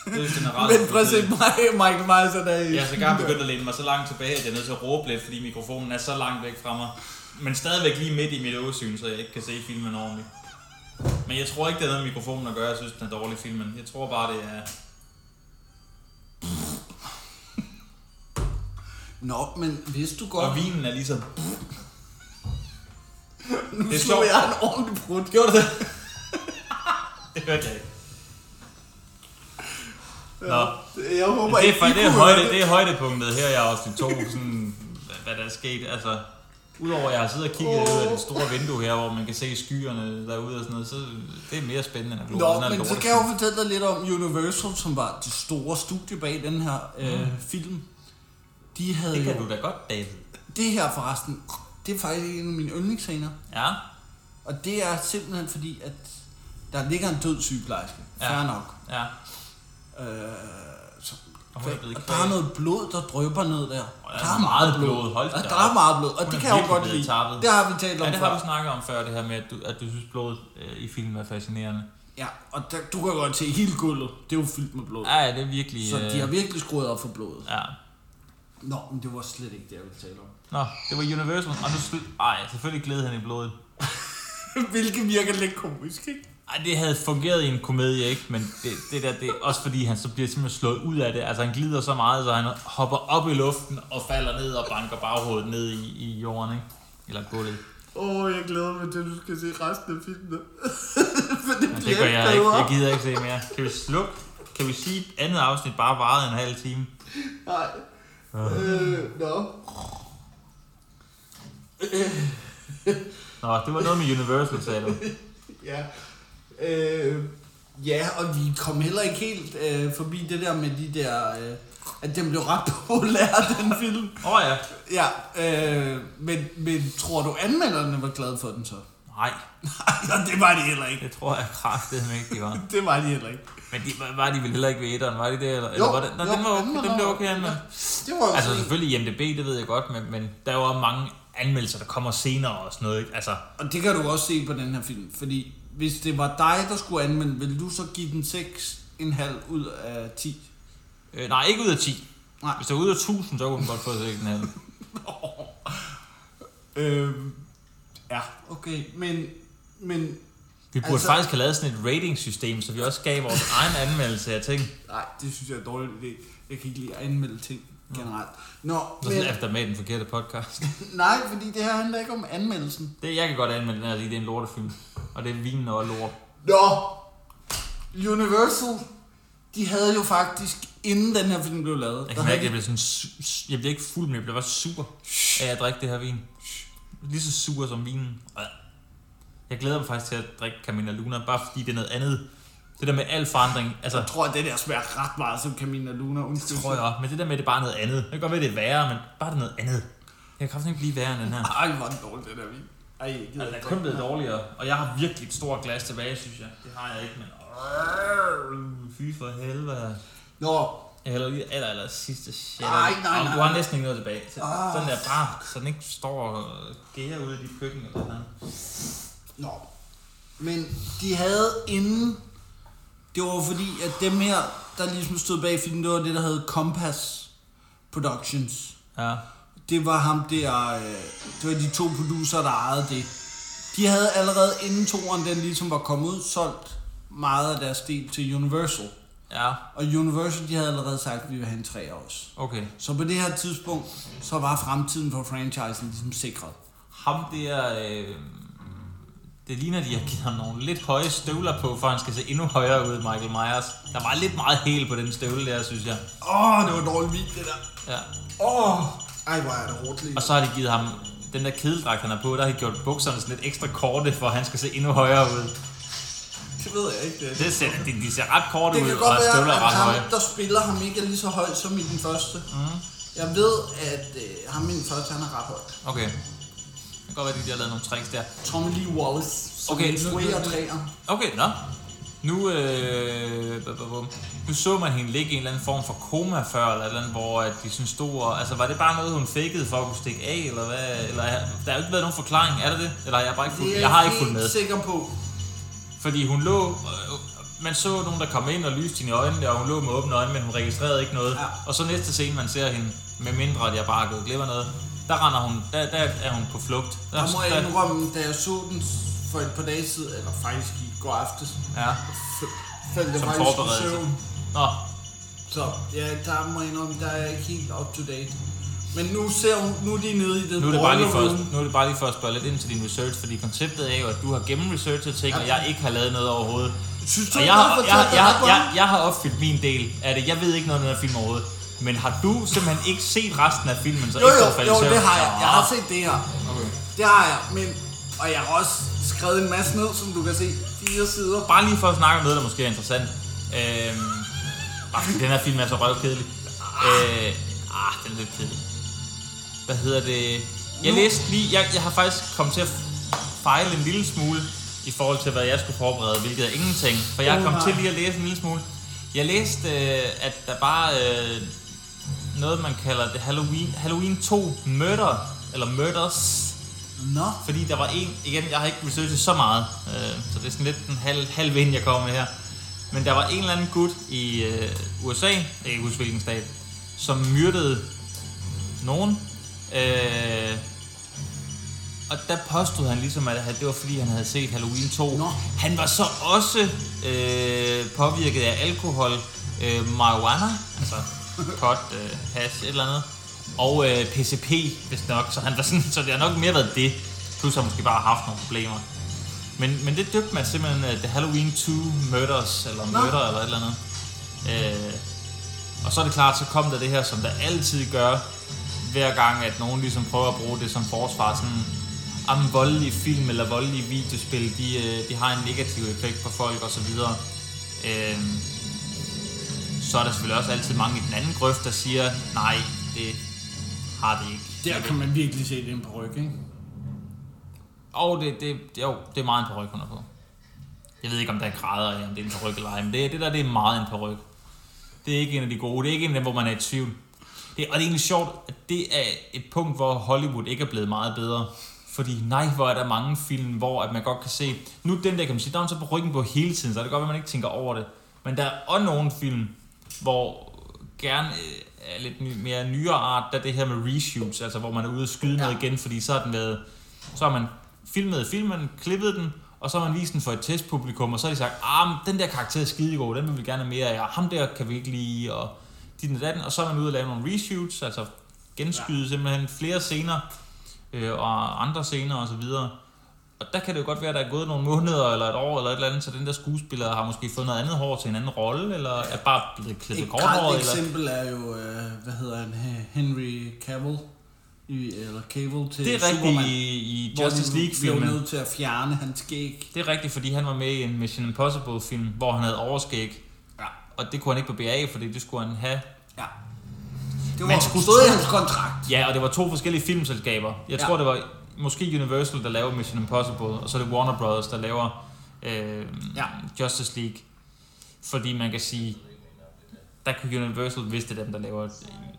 S1: Det er generelt.
S2: Men prøv at se, Mike- Michael Myers er der i
S1: Jeg er så gang
S2: skygger.
S1: begyndt at læne mig så langt tilbage, at jeg er nødt til at råbe lidt, fordi mikrofonen er så langt væk fra mig. Men stadigvæk lige midt i mit øjesyn, så jeg ikke kan se filmen ordentligt. Men jeg tror ikke, det er noget med mikrofonen at gøre. Jeg synes, den er dårlig filmen. Jeg tror bare, det er...
S2: Nå, men vidste du godt,
S1: Og vinen er ligesom...
S2: nu
S1: det er
S2: slog
S1: sjovt.
S2: jeg en ordentlig brud.
S1: Gjorde du det? det hørte jeg ikke. Nå,
S2: Jeg håber
S1: det, er,
S2: ikke,
S1: for,
S2: I
S1: det, er
S2: kunne
S1: højde,
S2: høre
S1: det er højdepunktet her i afsnit 2, sådan, hvad- hvad der er sket. Altså, udover at jeg har siddet og kigget ud af det store vindue her, hvor man kan se skyerne derude og sådan noget, så det er mere spændende end at blive
S2: Nå, men så kan jeg jo fortælle dig lidt om Universal, som var det store studie bag den her øh, film. De havde
S1: Mm. Det kan
S2: jo,
S1: du da godt, David.
S2: det her forresten, det er faktisk en af mine yndlingsscener.
S1: Ja,
S2: Og det er simpelthen fordi, at der ligger en død sygeplejerske.
S1: Ja.
S2: Ja. Fair nok.
S1: ja.
S2: Øh, så,
S1: Og
S2: og
S1: hun er blevet
S2: der er
S1: kvalt.
S2: noget blod, der drøber ned der.
S1: Og der er meget blod, hold
S2: Ja,
S1: da
S2: der er
S1: op.
S2: meget blod, og
S1: Hun er
S2: det kan jeg jo
S1: virkelig
S2: godt
S1: blevet
S2: lide.
S1: tappet.
S2: Det har vi talt om
S1: Ja, det
S2: før.
S1: har vi snakket om før, det her med, at du, at du synes, blodet øh, i filmen er fascinerende.
S2: Ja, og der, du kan godt se hele gulvet. Det er jo fyldt med blod.
S1: Ja, ja, det er virkelig...
S2: Så de har
S1: øh,
S2: virkelig skruet op for blodet.
S1: Ja.
S2: Nå, men det var slet ikke det, jeg ville tale om.
S1: Nå, det var Universal, og nu... Sl- Ej, selvfølgelig gled han i blodet.
S2: Hvilket virker lidt komisk, ikke?
S1: Ej, det havde fungeret i en komedie, ikke? Men det, det der, det er også fordi, han så bliver simpelthen slået ud af det. Altså, han glider så meget, så han hopper op i luften og falder ned og banker baghovedet ned i, i jorden, ikke? Eller gulvet.
S2: Åh, oh, jeg glæder mig til, at du skal se resten af filmen. For det
S1: Men
S2: bliver
S1: det
S2: ikke
S1: gør jeg ikke.
S2: bedre.
S1: Jeg gider ikke se mere. Kan vi slukke? Kan vi sige, at andet afsnit bare varede en halv time?
S2: Nej. Øh, nå.
S1: Nå, det var noget med Universal, sagde du.
S2: Ja. Øh, ja, og vi kom heller ikke helt øh, forbi det der med de der... Øh, at den blev ret populær, den film.
S1: Åh oh, ja.
S2: Ja, øh, men, men tror du, anmelderne var glade for den så?
S1: Nej,
S2: Nej, det var de heller ikke.
S1: det tror jeg kraftedeme ikke, de var.
S2: Det var de heller ikke.
S1: Men de, var- var de vel heller ikke ved etteren, var de det? Eller, eller var det? Nå, den var okay, den blev okay anmeldt.
S2: Det var
S1: Altså
S2: altså,
S1: selvfølgelig i MDB, det ved jeg godt, men, men der er jo også mange anmeldelser, der kommer senere og sådan noget. Ikke? Altså,
S2: Og det kan du også se på den her film, fordi hvis det var dig, der skulle anmelde, ville du så give den 6,5 ud af 10?
S1: øh, nej, ikke ud af 10.
S2: Nej.
S1: Hvis der var ud af 1000, så kunne man godt få sig den her.
S2: Øhm, ja, okay, men, men
S1: Vi burde altså,
S2: Altså-
S1: faktisk have lavet sådan et rating-system, så vi også gav vores egen anmeldelse af ting.
S2: Nej, det synes jeg er en dårlig idé. Jeg kan ikke lide at anmelde ting generelt. Nå,
S1: Og
S2: men,
S1: sådan efter med den forkerte podcast.
S2: nej, fordi det her handler ikke om anmeldelsen.
S1: Det, jeg kan godt anmelde den her, fordi det er en lortefilm. Og det er vinen og lort.
S2: Nå, Universal, de havde jo faktisk, inden den her film blev lavet,
S1: Jeg
S2: der
S1: kan mærke, at
S2: havde
S1: jeg bliver sådan... su- su- Jeg bliver ikke fuld, men jeg bliver bare sur af at drikke det her vin. Lige så sur som vinen. Og Jeg glæder mig faktisk til at drikke Camina Luna, bare fordi det er noget andet. Det der med al forandring, altså
S2: jeg tror, at det der smager ret meget som Camina Luna. Undskyld.
S1: tror jeg også, men det der med, at det bare er noget andet. Det kan godt være, det er værre, men bare det er noget andet. Jeg kan faktisk ikke blive værre end den her.
S2: Ej, hvor er den dårlig, den der vin. Ej, jeg
S1: Altså,
S2: gider
S1: det er
S2: ikke
S1: kun
S2: drikke
S1: blevet dårligere, og jeg har virkelig et stort glas tilbage, synes jeg. Det har jeg ikke, men... Fy for helvede.
S2: den. Nå,
S1: Jeg hælder lige aller, aller sidste shit.
S2: Ej, nej,
S1: Om,
S2: nej.
S1: Du har næsten ikke noget tilbage. Så,
S2: Ah.
S1: Sådan der bare, så den ikke står og gærer ude i dit køkken eller sådan noget.
S2: Nå. Men de havde inden... Det var fordi, at dem her, der ligesom stod bag filmen, det var det, der hed Compass Productions.
S1: Ja.
S2: Det var ham der... Øh, det var de to producer, der ejede det. De havde allerede inden toeren, den ligesom var kommet ud, solgt meget af deres del til Universal.
S1: Ja,
S2: Og Universal, de havde allerede sagt, at vi vil have en træer også.
S1: okay.
S2: Så på det her tidspunkt, så var fremtiden for franchisen ligesom sikret.
S1: Ham der... Øh, det ligner, de har givet ham nogle lidt høje støvler på, for han skal se endnu højere ud, Michael Myers. Der var lidt meget hæl på den støvle der, synes jeg.
S2: Åh, oh, det var dårligt vildt, det der.
S1: Ja.
S2: Åh, oh. ej, hvor er det hårdt lige.
S1: Og så har de givet ham den der kedeldragt, han har på, der har de gjort bukserne sådan lidt ekstra korte, for at han skal se endnu højere ud.
S2: Det ved jeg ikke. Det,
S1: Det ser, de, de ser ret korte
S2: det
S1: ud,
S2: kan
S1: og
S2: godt
S1: hans støvler
S2: være,
S1: er ret
S2: at ham,
S1: høje.
S2: der spiller ham ikke er lige så høj som i den første. Mm. Jeg ved, at øh, ham i den første, han er ret høj.
S1: Okay. Det kan godt være, at de har lavet nogle tricks der.
S2: Tommy Lee Wallace, som
S1: Okay,
S2: okay,
S1: nu-
S2: nu,
S1: nu-
S2: og træer.
S1: Okay, nå. Nu, øh, bum, bum, bum. nu så man hende ligge i en eller anden form for koma før, eller et eller andet, hvor at de sådan stod og... Altså, var det bare noget, hun fakede for at kunne stikke af, eller hvad? Eller, der har jo ikke været nogen forklaring, er der det? Eller har jeg, bare ikke fulgt, jeg har ikke fulgt med.
S2: helt sikker på.
S1: Fordi hun lå... Øh, man så nogen, der kom ind og lyste hende i øjnene, og hun lå med åbne øjne, men hun registrerede ikke noget.
S2: Ja.
S1: Og så næste scene, man ser hende, med mindre at jeg bare er gået glip af noget, der render hun, der, der er hun på flugt. Der,
S2: Der må jeg
S1: der-
S2: indrømme, da jeg så den for et par dage siden, eller faktisk i går aftes,
S1: Ja,
S2: f- faldt jeg
S1: som
S2: faktisk i
S1: forberedelse.
S2: søvn.
S1: Nå,
S2: Så ja, der må jeg indrømme, der er jeg ikke helt up to date. Men nu ser hun, nu er de nede i den
S1: nu er, det bare lige for,
S2: boiler room.
S1: at- nu er det bare lige for at spørge lidt ind til din research, fordi konceptet er jo, at du har gennemresearchet ting,
S2: Ja.
S1: og jeg ikke har lavet noget overhovedet.
S2: Synes du,
S1: Og
S2: ikke,
S1: jeg,
S2: du har
S1: har, jeg, jeg,
S2: fortalt det
S1: jeg,
S2: ret
S1: jeg,
S2: godt?
S1: jeg har opfyldt min del af det. Jeg ved ikke noget om den her film overhovedet. Men har du simpelthen ikke set resten af filmen, så
S2: Jo,
S1: ikke
S2: jo,
S1: for at falde i
S2: jo,
S1: søvn?
S2: det har jeg. Jeg har
S1: Nå.
S2: set det her.
S3: Okay.
S2: Det har jeg, men... Og jeg har også skrevet en masse ned, som du kan se. Fire sider.
S1: Bare lige for at snakke om noget, der måske er interessant. Øhm, ah, den her film er så røvkedelig. Øh, ah, den er lidt kedelig. Hvad hedder det? Jeg
S2: Nu-
S1: læste lige, jeg, jeg har faktisk kommet til at fejle en lille smule i forhold til, hvad jeg skulle forberede, hvilket er ingenting. For jeg
S2: Åh,
S1: kom
S2: nej.
S1: til lige at læse en lille smule. Jeg læste, øh, at der bare øh, noget, man kalder det Halloween, Halloween 2 Murder, eller Murders,
S2: Nå.
S1: fordi der var en, igen, jeg har ikke researchet så meget, øh, så det er sådan lidt en halv, halv vind, jeg kommer med her. Men der var en eller anden gut i øh, USA, jeg kan ikke huske hvilken stat, som myrdede nogen. Øh, og der påstod han ligesom, at det var fordi, han havde set Halloween 2.
S2: Nå.
S1: Han var så også øh, påvirket af alkohol, øh, marijuana, altså pot, øh, hash, et eller andet, og øh, PCP, hvis nok. Så, han var sådan, så det har nok mere været det, plus har måske bare haft nogle problemer. Men, men det døbte man simpelthen uh, The Halloween 2 Murders, eller
S2: Nå.
S1: Murder, eller et eller andet. Øh, og så er det klart, så kom der det her, som der altid gør, hver gang, at nogen ligesom prøver at bruge det som forsvar, sådan, om voldelige film eller voldelige videospil, de, øh, de har en negativ effekt på folk osv. Øh, så er der selvfølgelig også altid mange i den anden grøft, der siger, nej, det har det ikke.
S2: Der kan man virkelig se, det er en paryk, ikke?
S1: Og det, det, jo, det er meget en peruk, hun er på. Jeg ved ikke, om der er grader i, om det er en peruk eller ej, men det, det der det er meget en peruk. Det er ikke en af de gode. Det er ikke en af dem, hvor man er i tvivl. Det, og det er egentlig sjovt, at det er et punkt, hvor Hollywood ikke er blevet meget bedre. Fordi nej, hvor er der mange film, hvor at man godt kan se... Nu den der kan man sige, der er hun så på ryggen på hele tiden, så det kan godt være, man ikke tænker over det. Men der er også nogle film, hvor gerne øh, er lidt ny- mere nyere art, der er det her med reshoots, altså hvor man er ude og skyde noget igen, fordi så har den været... Så har man filmet filmen, klippet den, og så har man vist den for et testpublikum, og så har de sagt, ah, men den der karakter er skidegod, den vil vi gerne have mere af, og ham der kan vi ikke lide, og dit og datten, og så er man ude og lave nogle reshoots, altså genskyde ja. simpelthen flere scener, øh, og andre scener og så videre. Og der kan det jo godt være, at der er gået nogle måneder eller et år eller et eller andet, så den der skuespiller har måske fået noget andet hår til en anden rolle, eller er bare blevet klippet
S2: Et
S1: korthåret.
S2: grelt
S1: Eller...
S2: eksempel er jo, øh, hvad hedder han, He- Henry Cavill, i, eller Cavill til
S1: Det er rigtigt
S2: Superman,
S1: i, i
S2: hvor
S1: Justice
S2: de blev
S1: League-filmen.
S2: nødt til at fjerne hans skæg.
S1: Det er rigtigt, fordi han var med i en Mission Impossible-film, hvor han havde overskæg.
S2: Ja.
S1: Og det kunne han ikke på BA, fordi det skulle han have.
S2: Ja. Det
S1: Man
S2: var Man
S1: skulle
S2: stod i
S1: tro-
S2: hans kontrakt.
S1: Ja, og det var to forskellige filmselskaber. Jeg
S2: Ja.
S1: tror, det var måske Universal, der laver Mission Impossible, og så er det Warner Brothers, der laver øh,
S2: Ja.
S1: ja. Justice League. Fordi man kan sige, der kunne Universal, hvis det er dem, der laver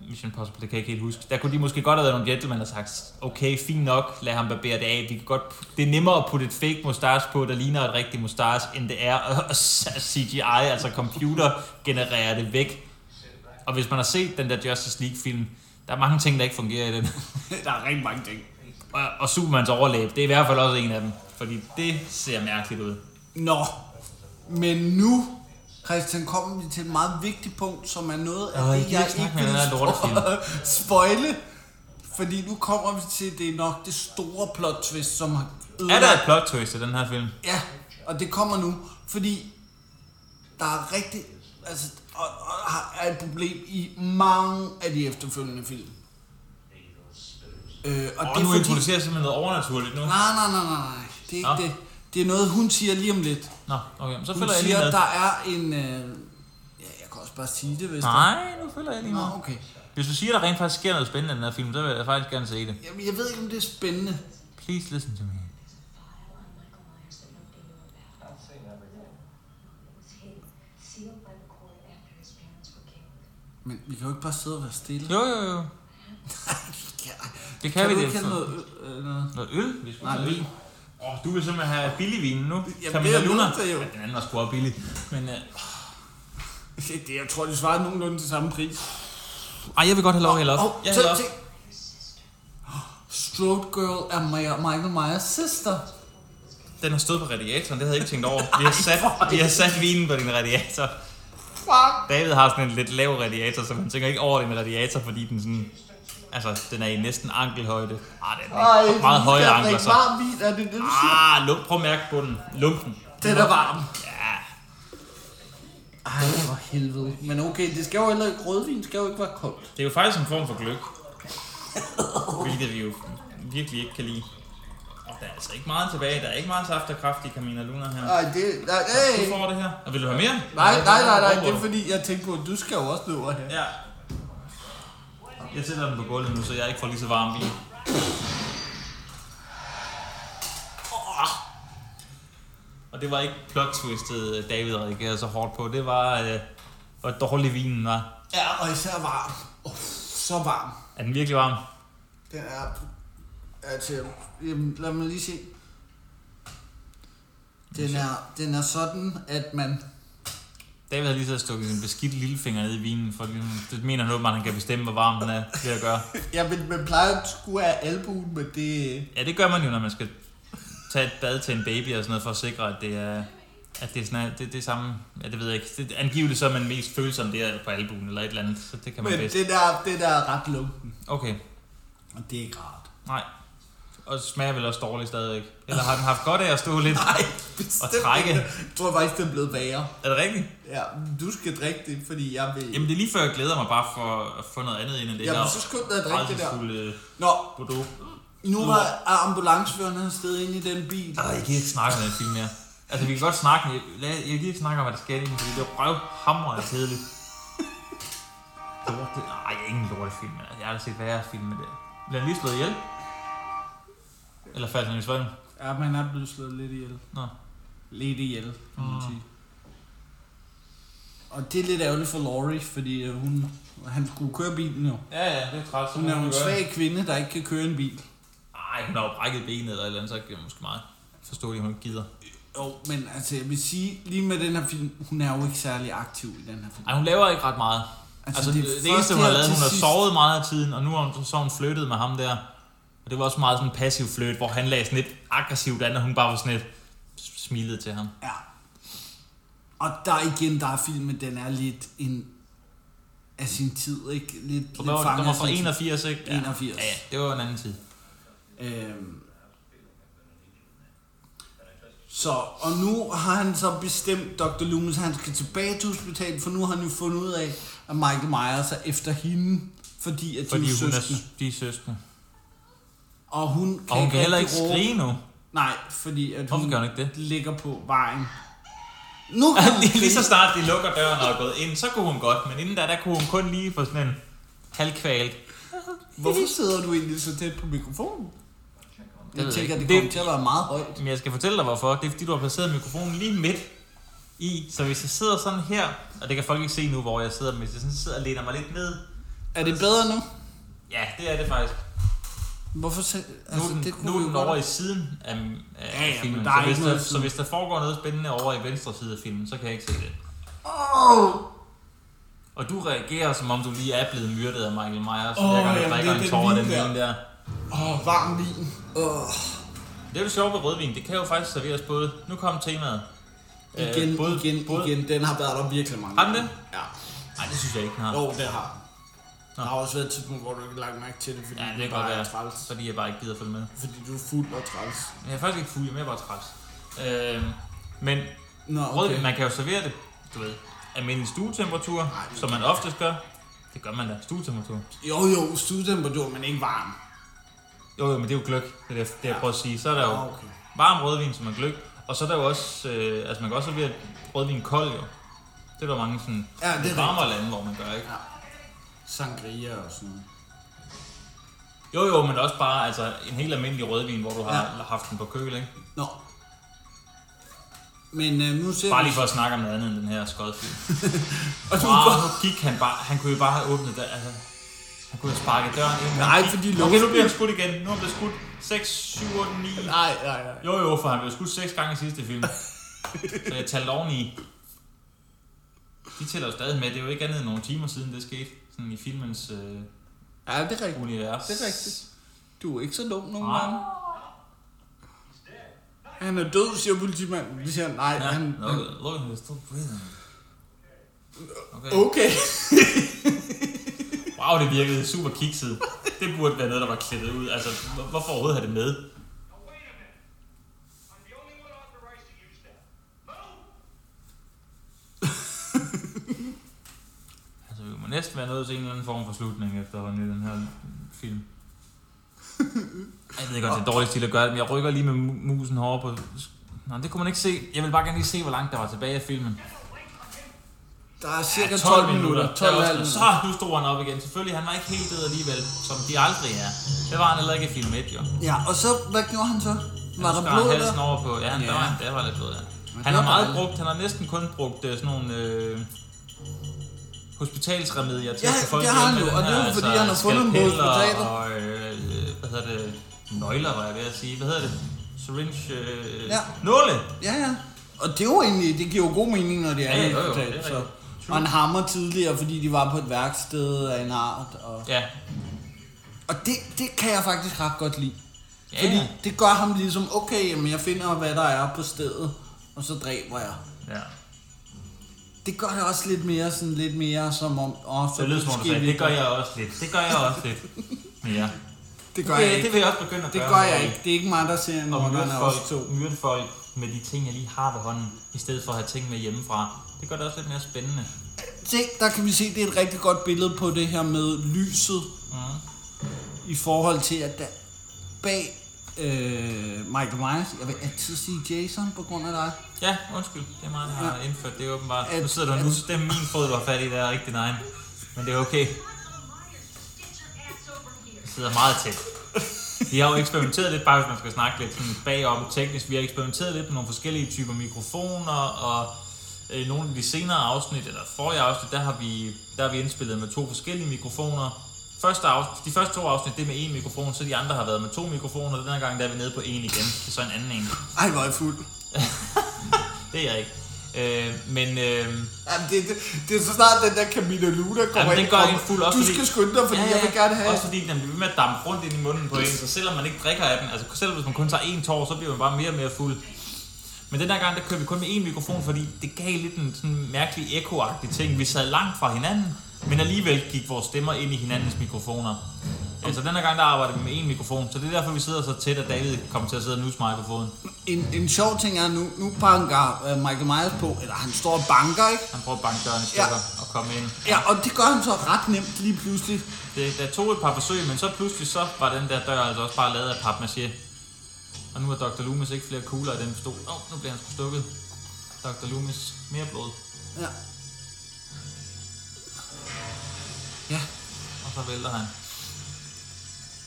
S1: Mission Impossible, det kan jeg ikke helt huske, der kunne de måske godt have været nogle gentlemen, der har sagt, okay, fint nok, lad ham barbere det af. Vi kan godt, det er nemmere at putte et fake mustache på, der ligner et rigtigt mustache, end det er at CGI, altså computer, generere det væk. Og hvis man har set den der Justice League-film, der er mange ting, der ikke fungerer i den.
S2: Der er rigtig mange ting.
S1: Og, og Supermans overlæb, det er i hvert fald også en af dem. Fordi det ser mærkeligt ud.
S2: Nå, men nu, Christian, kommer vi til et meget vigtigt punkt, som er noget af
S1: Åh, jeg
S2: det,
S1: gider
S2: jeg
S1: ikke snakke
S2: ikke
S1: med
S2: vil
S1: den her lortefilm.
S2: spo- spoile. Fordi nu kommer vi til, det er nok det store plot twist, som har
S1: Er der et plot twist i den her film?
S2: Ja, og det kommer nu, fordi der er rigtig, altså, og, og har- er et problem i mange af de efterfølgende film. Øh, og,
S1: Og nu introducerer jeg simpelthen noget overnaturligt nu.
S2: Nej, nej, nej, nej, nej, det er ikke
S1: Nå.
S2: det. Det er noget, hun siger lige om lidt.
S1: Nå, okay, så
S2: Hun
S1: følger jeg lige
S2: siger,
S1: med.
S2: at der er en... Øh, ja, jeg kan også bare sige det, hvis
S1: Nej, nu følger jeg
S2: det...
S1: lige med.
S2: Nå, okay.
S1: Hvis du siger, at der rent faktisk sker noget spændende i den her film, så vil jeg faktisk gerne se det.
S2: Jamen, jeg ved ikke, om det er spændende.
S1: Please listen to me.
S4: sealed by the court after his parents were killed.
S2: Men vi kan jo ikke bare sidde og være stille.
S1: Jo, jo, jo.
S2: Kan,
S1: Det kan,
S2: kan
S1: vi
S2: du
S1: det.
S2: ikke have
S1: for-
S2: noget... øl- Øh, noget?
S1: Noget øl? Vi skal
S2: Nej,
S1: have
S2: vin.
S1: Åh, oh, du vil simpelthen have billig vin nu.
S2: det
S1: Camilla
S2: er jeg
S1: Luna.
S2: nødt til, jo.
S1: Ja, den anden var sgu også billig. Men, øh,
S2: Det, jeg tror, det svarer nogenlunde til samme pris.
S1: ej, jeg vil godt have lov at hælde op.
S2: Åh,
S1: Jeg
S2: tænk,
S1: hælder op.
S2: tænk. Stroke Girl er Ma- Michael Myers søster.
S1: Den har stået på radiatoren, det havde jeg ikke tænkt over. Vi har sat, vi har sat vinen på din radiator.
S2: Fuck.
S1: David har sådan en lidt lav radiator, så man tænker ikke over din radiator, fordi den sådan... Altså, den er i næsten ankelhøjde. Ah, den er ikke meget høje ankler, så.
S2: så. Varm vin, er det det, du siger?
S1: Ah, lum, prøv at mærke på den. Lumpen.
S2: Den er varm.
S1: Ja.
S2: Ej, for helvede. Men okay, det skal jo heller ikke, rødvin skal jo ikke være koldt.
S1: Det er jo faktisk en form for gløk. Hvilket vi jo virkelig ikke kan lide. Og der er altså ikke meget tilbage. Der er ikke meget saft og kraft i Camina Luna her.
S2: Nej, det... Nej,
S1: Du
S2: hey.
S1: får det her. Og vil du have mere?
S2: nej, nej, nej, nej, det
S1: Overvåget.
S2: er fordi, jeg tænkte på, at du skal jo også løbe her.
S1: Ja. Jeg sætter den på gulvet nu, så jeg ikke får lige så varm vin. Åh. Og det var ikke plot twistet, øh, David reagerede så hårdt på. Det var, øh, hvor dårlig vinen var.
S2: Ja, og især varm. Oh, så varm.
S1: Er den virkelig varm?
S2: Den er... er til, jamen, lad mig lige se. Den er, den er sådan, at man...
S1: David har lige så stukket sin beskidte lillefinger ned i vinen, for ligesom- det mener han åbenbart, at han kan bestemme, hvor varm den er ved at gøre.
S2: Ja, men man plejer at skue af albuen, men det...
S1: Ja, det gør man jo, når man skal tage et bad til en baby og sådan noget, for at sikre, at det er, at det er sådan, at det, det er samme, ja, det ved jeg ikke. Det, angiveligt så er man mest følsom der på albuen eller et eller andet, så det kan man
S2: Men
S1: bedst.
S2: det der, det der er ret lunken.
S1: Okay,
S2: Og det er ikke rart.
S1: nej. Og smager vel også dårligt stadigvæk. Eller har den haft godt af at stå lidt?
S2: Nej, bestemt
S1: trække.
S2: ikke. Jeg tror faktisk, det er blevet værre.
S1: Er det rigtigt?
S2: Ja, du skal drikke det, fordi jeg vil...
S1: Jamen det er lige før, jeg glæder mig bare for at få noget andet ind end det
S2: Jamen,
S1: her
S2: så skynd dig at drikke det der.
S1: rædselsfulde øh,
S2: Nå,
S1: Bordeaux.
S2: nu var ambulanceføren afsted inde i den bil.
S1: Ej, jeg gider ikke snakke om den film mere. Altså, vi kan godt snakke, men jeg, lad- jeg gider ikke snakke om, hvad der sker i den, fordi det er røvhamrende kedeligt. Lorte, nej, ingen lortefilm, altså. Jeg har aldrig set værre film med det. Bliver han lige slået ihjel? Eller faldt han i svømmen?
S2: Ja, man er blevet slået lidt ihjel.
S1: Nå.
S2: Lidt ihjel, kan man
S1: Ah.
S2: sige. Og det er lidt ærgerligt for Laurie, fordi øh, hun, han skulle køre bilen jo.
S1: Ja, ja, det er træt.
S2: Hun er jo en svag kvinde, der ikke kan køre en bil.
S1: Nej, hun har jo brækket benet eller et eller andet, så kan jeg måske meget forstå, at hun ikke gider.
S2: Jo, men altså, jeg vil sige, lige med den her film, hun er jo ikke særlig aktiv i den her film.
S1: Ej, hun laver ikke ret meget. Altså, altså det, det, det eneste, hun har lavet, hun har sovet meget af tiden, og nu har hun, så har hun flyttet med ham der. Og det var også meget sådan en passiv flyt, hvor han lagde sådan lidt aggressivt an, og hun bare var sådan lidt smilede til ham.
S2: Ja. Og der igen, der er filmen, den er lidt en af sin tid, ikke? Lidt,
S1: Og
S2: lidt
S1: der var, der
S2: fanget
S1: var
S2: af
S1: fra
S2: sin tid.
S1: 81, ikke? Ja.
S2: 81.
S1: Ja, ja, det var en anden tid.
S2: Øhm. Så, og nu har han så bestemt Dr. Loomis, at han skal tilbage til hospitalet, for nu har han jo fundet ud af, at Michael Myers er efter hende, fordi at de
S1: Fordi
S2: er
S1: hun er,
S2: søskende.
S1: de er søskende.
S2: Og hun kan,
S1: Og hun kan heller ikke
S2: rigtig råbe. Mm.
S1: skrige nu.
S2: Nej, fordi at
S1: Hvorfor
S2: hun
S1: gør hun ikke det?
S2: ligger på vejen. Nu kan hun
S1: Lige så
S2: skrige.
S1: snart de lukker døren og er gået ind, så kunne hun godt. Men inden da, der kunne hun kun lige få sådan en halvkvalt.
S2: Hvorfor sidder du egentlig så tæt på mikrofonen?
S1: ved
S2: Jeg
S1: jeg
S2: tænker,
S1: ikke.
S2: det
S1: Det-
S2: kommer til at være meget højt.
S1: Men jeg skal fortælle dig hvorfor. Det er fordi, du har placeret mikrofonen lige midt i. Så hvis jeg sidder sådan her, og det kan folk ikke se nu, hvor jeg sidder, men hvis jeg sådan sidder og læner mig lidt ned.
S2: Er det bedre nu?
S1: Ja, det er det faktisk.
S2: Hvorfor se,
S1: Nu
S2: altså,
S1: er den,
S2: det kunne
S1: nu er
S2: vi jo
S1: den
S2: godt-
S1: over i siden af, af
S2: Ja, ja, men
S1: filmen.
S2: der er
S1: så,
S2: ikke
S1: hvis
S2: noget
S1: der,
S2: side.
S1: så hvis der foregår noget spændende over i venstre side af filmen, så kan jeg ikke se det.
S2: Åh!
S1: Og du reagerer, som om du lige er blevet myrdet af Michael Myers,
S2: Åh,
S1: oh, hver gang
S2: jamen,
S1: du drikker
S2: det er
S1: en
S2: den
S1: tår af den
S2: vin der.
S1: vin der.
S2: Åh, varm vin. Åh.
S1: Det er jo det sjove ved rødvin. Det kan jo faktisk serveres både. Nu kom temaet. Øh,
S2: Igen,
S1: både-
S2: igen,
S1: både-
S2: igen. Den har været der virkelig mange
S1: Har den det? Ah.
S2: Ja.
S1: Nej, det synes jeg ikke, den har.
S2: Jo, det har den. Der har også været et tidspunkt, hvor du ikke lagt mærke til det, fordi
S1: Ja, det
S2: du
S1: kan godt
S2: bare er
S1: være,
S2: træls.
S1: fordi jeg bare ikke gider følge med.
S2: Fordi du er fuld og træls.
S1: Men jeg er faktisk ikke fuld, jeg er mere bare træt. Øh, men
S2: Nå,
S1: rødvin, man kan jo servere det, du ved, almindelig stuetemperatur,
S2: det er
S1: som man oftest gør. Det gør man da, stuetemperatur.
S2: Jo, jo, stuetemperatur, men ikke varm.
S1: Jo, jo, men det er jo gløk, det er det, det jeg prøver at sige. Så er der
S2: Nå,
S1: jo
S2: okay.
S1: varm rødvin, som er gløk, og så er der jo også, øh, altså man kan også servere rødvin kold jo. Det er der mange sådan
S2: Ja, det er
S1: varmere lande, hvor man gør, ikke?
S2: Sangria og sådan noget.
S1: Jo, jo, men også bare altså, en helt almindelig rødvin, hvor du har
S2: Ja.
S1: haft den på køl, ikke?
S2: Nå. Men øh, nu ser
S1: Bare
S2: vi...
S1: lige for at snakke om noget andet end den her skodfilm.
S2: Og du
S1: Wow,
S2: går-
S1: nu gik han bare. Han kunne jo bare have åbnet der. Altså, han kunne have sparket døren ind. men
S2: Nej,
S1: han gik-
S2: fordi
S1: Okay,
S2: luften-
S1: nu bliver han skudt igen. Nu er han blevet skudt 6, 7, 8, 9.
S2: Nej, nej, nej.
S1: Jo, jo, for han blev skudt 6 gange i sidste film. Så jeg talte oveni. De tæller jo stadig med. Det er jo ikke andet end nogle timer siden, det skete. Sådan i filmens øh,
S2: Ja, det er rigtigt.
S1: univers.
S2: Det er rigtigt. Du er ikke så dum nogle
S1: Nej.
S2: gange. Han er død, siger politimanden. Vi siger, nej,
S1: Ja,
S2: han...
S1: no,
S2: han-
S1: look, he's still breathing. Okay.
S2: Okay.
S1: Wow, det virkede super kikset. Det burde være noget, der var klippet ud. Altså, hvor- hvorfor overhovedet have det med?
S5: Now, wait a minute. I'm the only one authorized to use that. Move!
S1: Altså, må næsten være nødt til en eller anden form for slutning efterhånden i den her film. Jeg ved godt, det er dårligt stil at gøre det, men jeg rykker lige med mu- musen herovre på... Nå, det kunne man ikke se. Jeg vil bare gerne lige se, hvor langt der var tilbage af filmen.
S2: Der er cirka
S1: Ja,
S2: 12, 12 minutter. 12
S1: Der var-
S2: minutter.
S1: Så nu stod han op igen. Selvfølgelig, han var ikke helt død alligevel, som de aldrig er. Det var han heller ikke i film 1, jo.
S2: Ja, og så, hvad gjorde han så? Var der
S1: skar
S2: blod der?
S1: halsen over på. Ja, han,
S2: Ja.
S1: Der, var, der var lidt blod, ja.
S2: det
S1: Han har
S2: var
S1: meget
S2: dejligt.
S1: brugt, han har næsten kun brugt øh, sådan nogle øh, hospitalsremedier til
S2: Ja,
S1: at få folk
S2: det har han
S1: hjem med
S2: jo,
S1: den
S2: og det er jo fordi, han har fundet dem på
S1: skalpeller
S2: hospitalet.
S1: Og, øh, øh, hvad hedder det? Nøgler, var jeg ved at sige. Hvad hedder det? Syringe... Øh,
S2: Ja.
S1: Nåle!
S2: Ja, ja. Og det var egentlig, det giver jo god mening, når det er
S1: Ja,
S2: ja,
S1: jo, jo,
S2: jo,
S1: det er
S2: så.
S1: rigtigt. True.
S2: Og en hammer tidligere, fordi de var på et værksted af en art. Og,
S1: Ja.
S2: og det, det kan jeg faktisk ret godt lide.
S1: Ja,
S2: Fordi
S1: ja.
S2: det gør ham ligesom, okay, jamen jeg finder, hvad der er på stedet, og så dræber jeg.
S1: ja.
S2: Det gør det også lidt mere, sådan lidt mere som om... Åh,
S1: Så det lyder som om du
S2: måske
S1: sagde,
S2: vi-
S1: det gør jeg også lidt. Det gør jeg også lidt. mere.
S2: Det gør
S1: Okay,
S2: jeg ikke.
S1: det vil jeg også begynde at
S2: Det
S1: gøre.
S2: gør jeg ikke. Det er ikke mig, der ser en
S1: Og myrde
S2: morderne også to.
S1: folk, myrde folk med de ting, jeg lige har ved hånden, i stedet for at have ting med hjemmefra. Det gør det også lidt mere spændende.
S2: Se, der kan vi se, det er et rigtig godt billede på det her med lyset.
S1: Mm.
S2: I forhold til, at der bag øh, Michael Myers, jeg vil altid sige Jason på grund af dig.
S1: Ja, undskyld. Det er mig, der har indført det åbenbart.
S2: At-
S1: Nu sidder du og nu, det er min fod, du har fat i, der er rigtig nej. Men det er okay. Jeg sidder meget tæt. Vi har jo eksperimenteret lidt, bare hvis man skal snakke lidt sådan bagom teknisk. Vi har eksperimenteret lidt med nogle forskellige typer mikrofoner, og øh, i nogle af de senere afsnit, eller forrige afsnit, der har vi, der har vi indspillet med to forskellige mikrofoner. Første afsnit, de første to afsnit, det er med én mikrofon, så de andre har været med to mikrofoner, og den her gang der er vi nede på én igen. Det er så en anden en.
S2: Ej, hvor er jeg fuld.
S1: Det er jeg ikke. Øh, men øh,
S2: Jamen, det, det, det er så snart den der Camilla Luda kommer
S1: Jamen, den
S2: i
S1: gør
S2: kroppen.
S1: en fuld også,
S2: Du
S1: fordi-
S2: skal skynde dig, fordi ja, ja. jeg vil gerne have...
S1: Også fordi den bliver ved med at dampe rundt ind i munden på en, så selvom man ikke drikker af den, altså selv hvis man kun tager en tår, så bliver man bare mere og mere fuld. Men den der gang, der kørte vi kun med én mikrofon, fordi det gav lidt en sådan mærkelig ekko ting. Vi sad langt fra hinanden, men alligevel gik vores stemmer ind i hinandens mikrofoner. Altså den her gang, der arbejdede vi med én mikrofon, så det er derfor, vi sidder så tæt, at David kommer til at sidde og nusse mig på foden.
S2: En, en sjov ting er, nu, nu banker øh, Michael Myers på, eller han står og banker, ikke?
S1: Han prøver at banke døren i stykker og komme ind.
S2: Ja, og det gør han så ret nemt lige pludselig.
S1: Det, der tog et par forsøg, men så pludselig så var den der dør altså også bare lavet af papmaché. Og nu er Dr. Loomis ikke flere kugler i den pistol. Åh, oh, nu bliver han sgu stukket. Dr. Loomis, mere blod.
S2: Ja. Ja,
S1: Og så vælter han.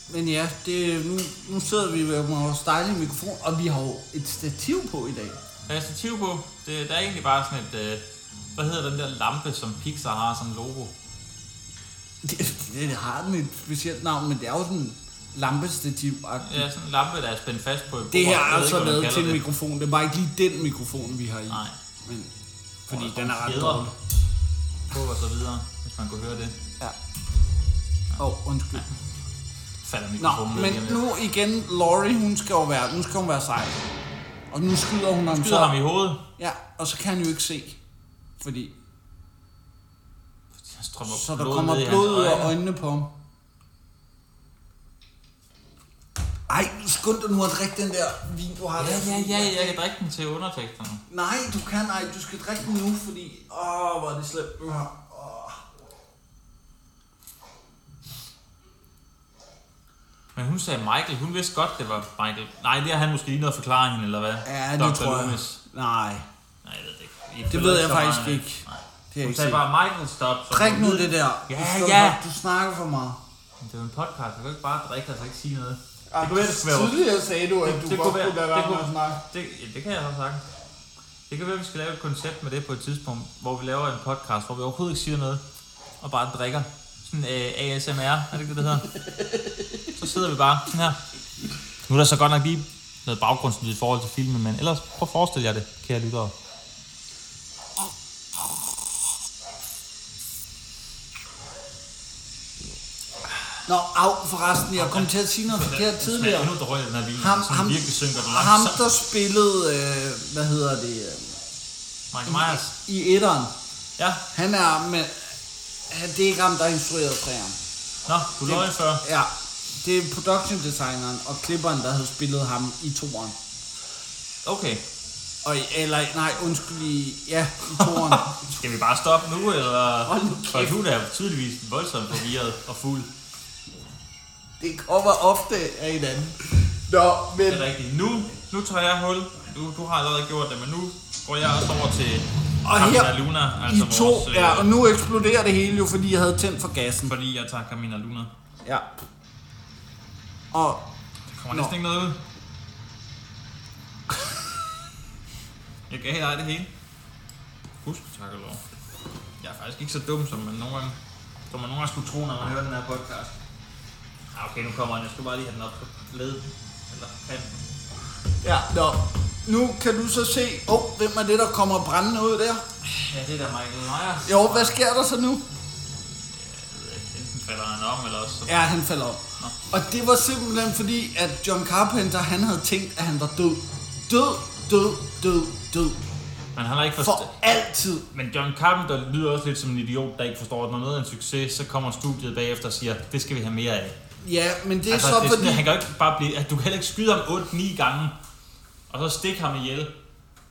S2: men ja, det, nu, nu sidder vi med vores dejlige mikrofon, og vi har jo et stativ på i dag.
S1: Der er stativ på. Det, der er egentlig bare sådan et... Øh, hvad hedder den der lampe, som Pixar har som logo?
S2: Det, det, det har den et specielt navn, men det er jo sådan en lampestativ -agtig.
S1: Ja, sådan en lampe, der er spændt fast på et bord.
S2: Det her
S1: Jeg
S2: er
S1: ved ikke,
S2: altså
S1: hvad man
S2: lavet
S1: kalder
S2: til en
S1: det.
S2: mikrofon. Det er bare ikke lige den mikrofon, vi har i.
S1: Nej,
S2: Men, fordi
S1: Og
S2: den er ret
S1: fjedre.
S2: dårlig.
S1: på og så videre, hvis man kunne høre det.
S2: Ja. Åh, oh, undskyld.
S1: Falder
S2: Nå,
S1: mikrofonen ned
S2: men
S1: lige om lidt.
S2: nu igen, Laurie, hun skal jo være, nu skal hun være sej. Og nu skyder hun ham
S1: Skyder
S2: så.
S1: ham i hovedet.
S2: Ja, og så kan han jo ikke se. Fordi,
S1: Han strømmer
S2: så der
S1: blod
S2: kommer
S1: ned i hans
S2: blod ud af
S1: øjne.
S2: øjnene på ham. Ej, skynd dig nu at drikke den der vin, du har
S1: Ja,
S2: der.
S1: ja, ja, jeg kan drikke den til underteksterne.
S2: Nej, du kan ej, du skal drikke den nu, fordi... Åh, hvor er det slemt nu her. Åh.
S1: Men hun sagde Michael. Hun vidste godt, det var Michael. Nej, det har han måske lige noget forklaring, hende, eller hvad?
S2: Ja, det
S1: Dr.
S2: tror jeg.
S1: Loomis.
S2: Nej,
S1: Nej, jeg ved det ikke. I
S2: det
S1: følger
S2: ved jeg
S1: så
S2: faktisk
S1: meget med.
S2: ikke.
S1: Nej.
S2: det er
S1: Hun
S2: ikke
S1: sagde
S2: sikkert.
S1: bare, Michael, stop. så-
S2: Drik nu det der.
S1: Ja,
S2: Du skal-
S1: ja.
S2: Du snakker for meget.
S1: Men Det er jo en podcast. Du kan ikke bare drikke og så ikke sige noget.
S2: Ej,
S1: Det kunne være, det skulle være...
S2: Tidligere sagde du, at du
S1: det
S2: godt
S1: kunne være-
S2: kunne lade
S1: det
S2: være med
S1: kunne-
S2: at snakke.
S1: Det, ja, det kan jeg så sagt. Det kan være, at vi skal lave et koncept med det på et tidspunkt, hvor vi laver en podcast, hvor vi overhovedet ikke siger noget, og bare drikker. Sådan øh, ASMR, er det ikke det, det hedder? så sidder vi bare sådan her. Nu er der så godt nok lige noget baggrundslyd i forhold til filmen, men ellers prøv at forestille jer det, kære lyttere.
S2: Nå, af forresten, jeg kom til at sige noget forkert
S1: Det er
S2: tidligere.
S1: endnu dårligere, den her vin,
S2: Ham,
S1: som
S2: ham,
S1: virkelig synker den
S2: ham
S1: langsomt.
S2: der spillede, øh, hvad hedder det, øh,
S1: Michael Myers.
S2: i etteren,
S1: Ja,
S2: han er med, han- det er ikke ham, der har instrueret træerne.
S1: nå, du løj før.
S2: Ja, det er production designeren og klipperen, der havde spillet ham i toeren.
S1: Okay,
S2: Og, i- eller, nej, undskyld, i, ja, i toren.
S1: Skal vi bare stoppe nu, eller?
S2: Hold nu
S1: For
S2: kæft.
S1: du er tydeligvis voldsomt forvirret og fuld.
S2: det kommer ofte af hinanden. Nå, men...
S1: Det er rigtigt. Nu, nu tager jeg hul. Du, du har allerede gjort det, men nu går jeg også over til
S2: Og
S1: Camina
S2: her,
S1: Luna.
S2: I
S1: Altså vores,
S2: to,
S1: øh,
S2: ja, og nu eksploderer det hele jo, fordi jeg havde tændt for gassen.
S1: Fordi jeg tager Camina Luna. Der
S2: Ja. Og
S1: kommer
S2: Nå.
S1: næsten ikke noget ud. Jeg gav dig det hele. Husk, tak og lov. Jeg er faktisk ikke så dum, som man nogle gange, som man nogle gange skulle tro, når man hører den her podcast. Ah, okay, nu kommer den. Jeg skal bare lige have den op på ledet. Eller kanten.
S2: ja, nå. nu kan du så se, åh, oh, hvem er det, der kommer brændende ud der?
S1: Ja, det er da Michael Myers.
S2: Jo, hvad sker der så nu?
S1: Enten falder han om, eller også så
S2: Ja, han falder op. Og det var simpelthen fordi, at John Carpenter, han havde tænkt, at han var død. Død, død, død, død.
S1: Men han har ikke forstået...
S2: For altid.
S1: Men John Carpenter lyder også lidt som en idiot, der ikke forstår, at når noget er en succes, så kommer studiet bagefter og siger, det skal vi have mere af.
S2: Ja, men det er
S1: altså, det
S2: så
S1: er
S2: fordi...
S1: sådan, han kan jo ikke bare blive... At du kan heller ikke skyde ham 8-9 gange, og så stikke ham ihjel,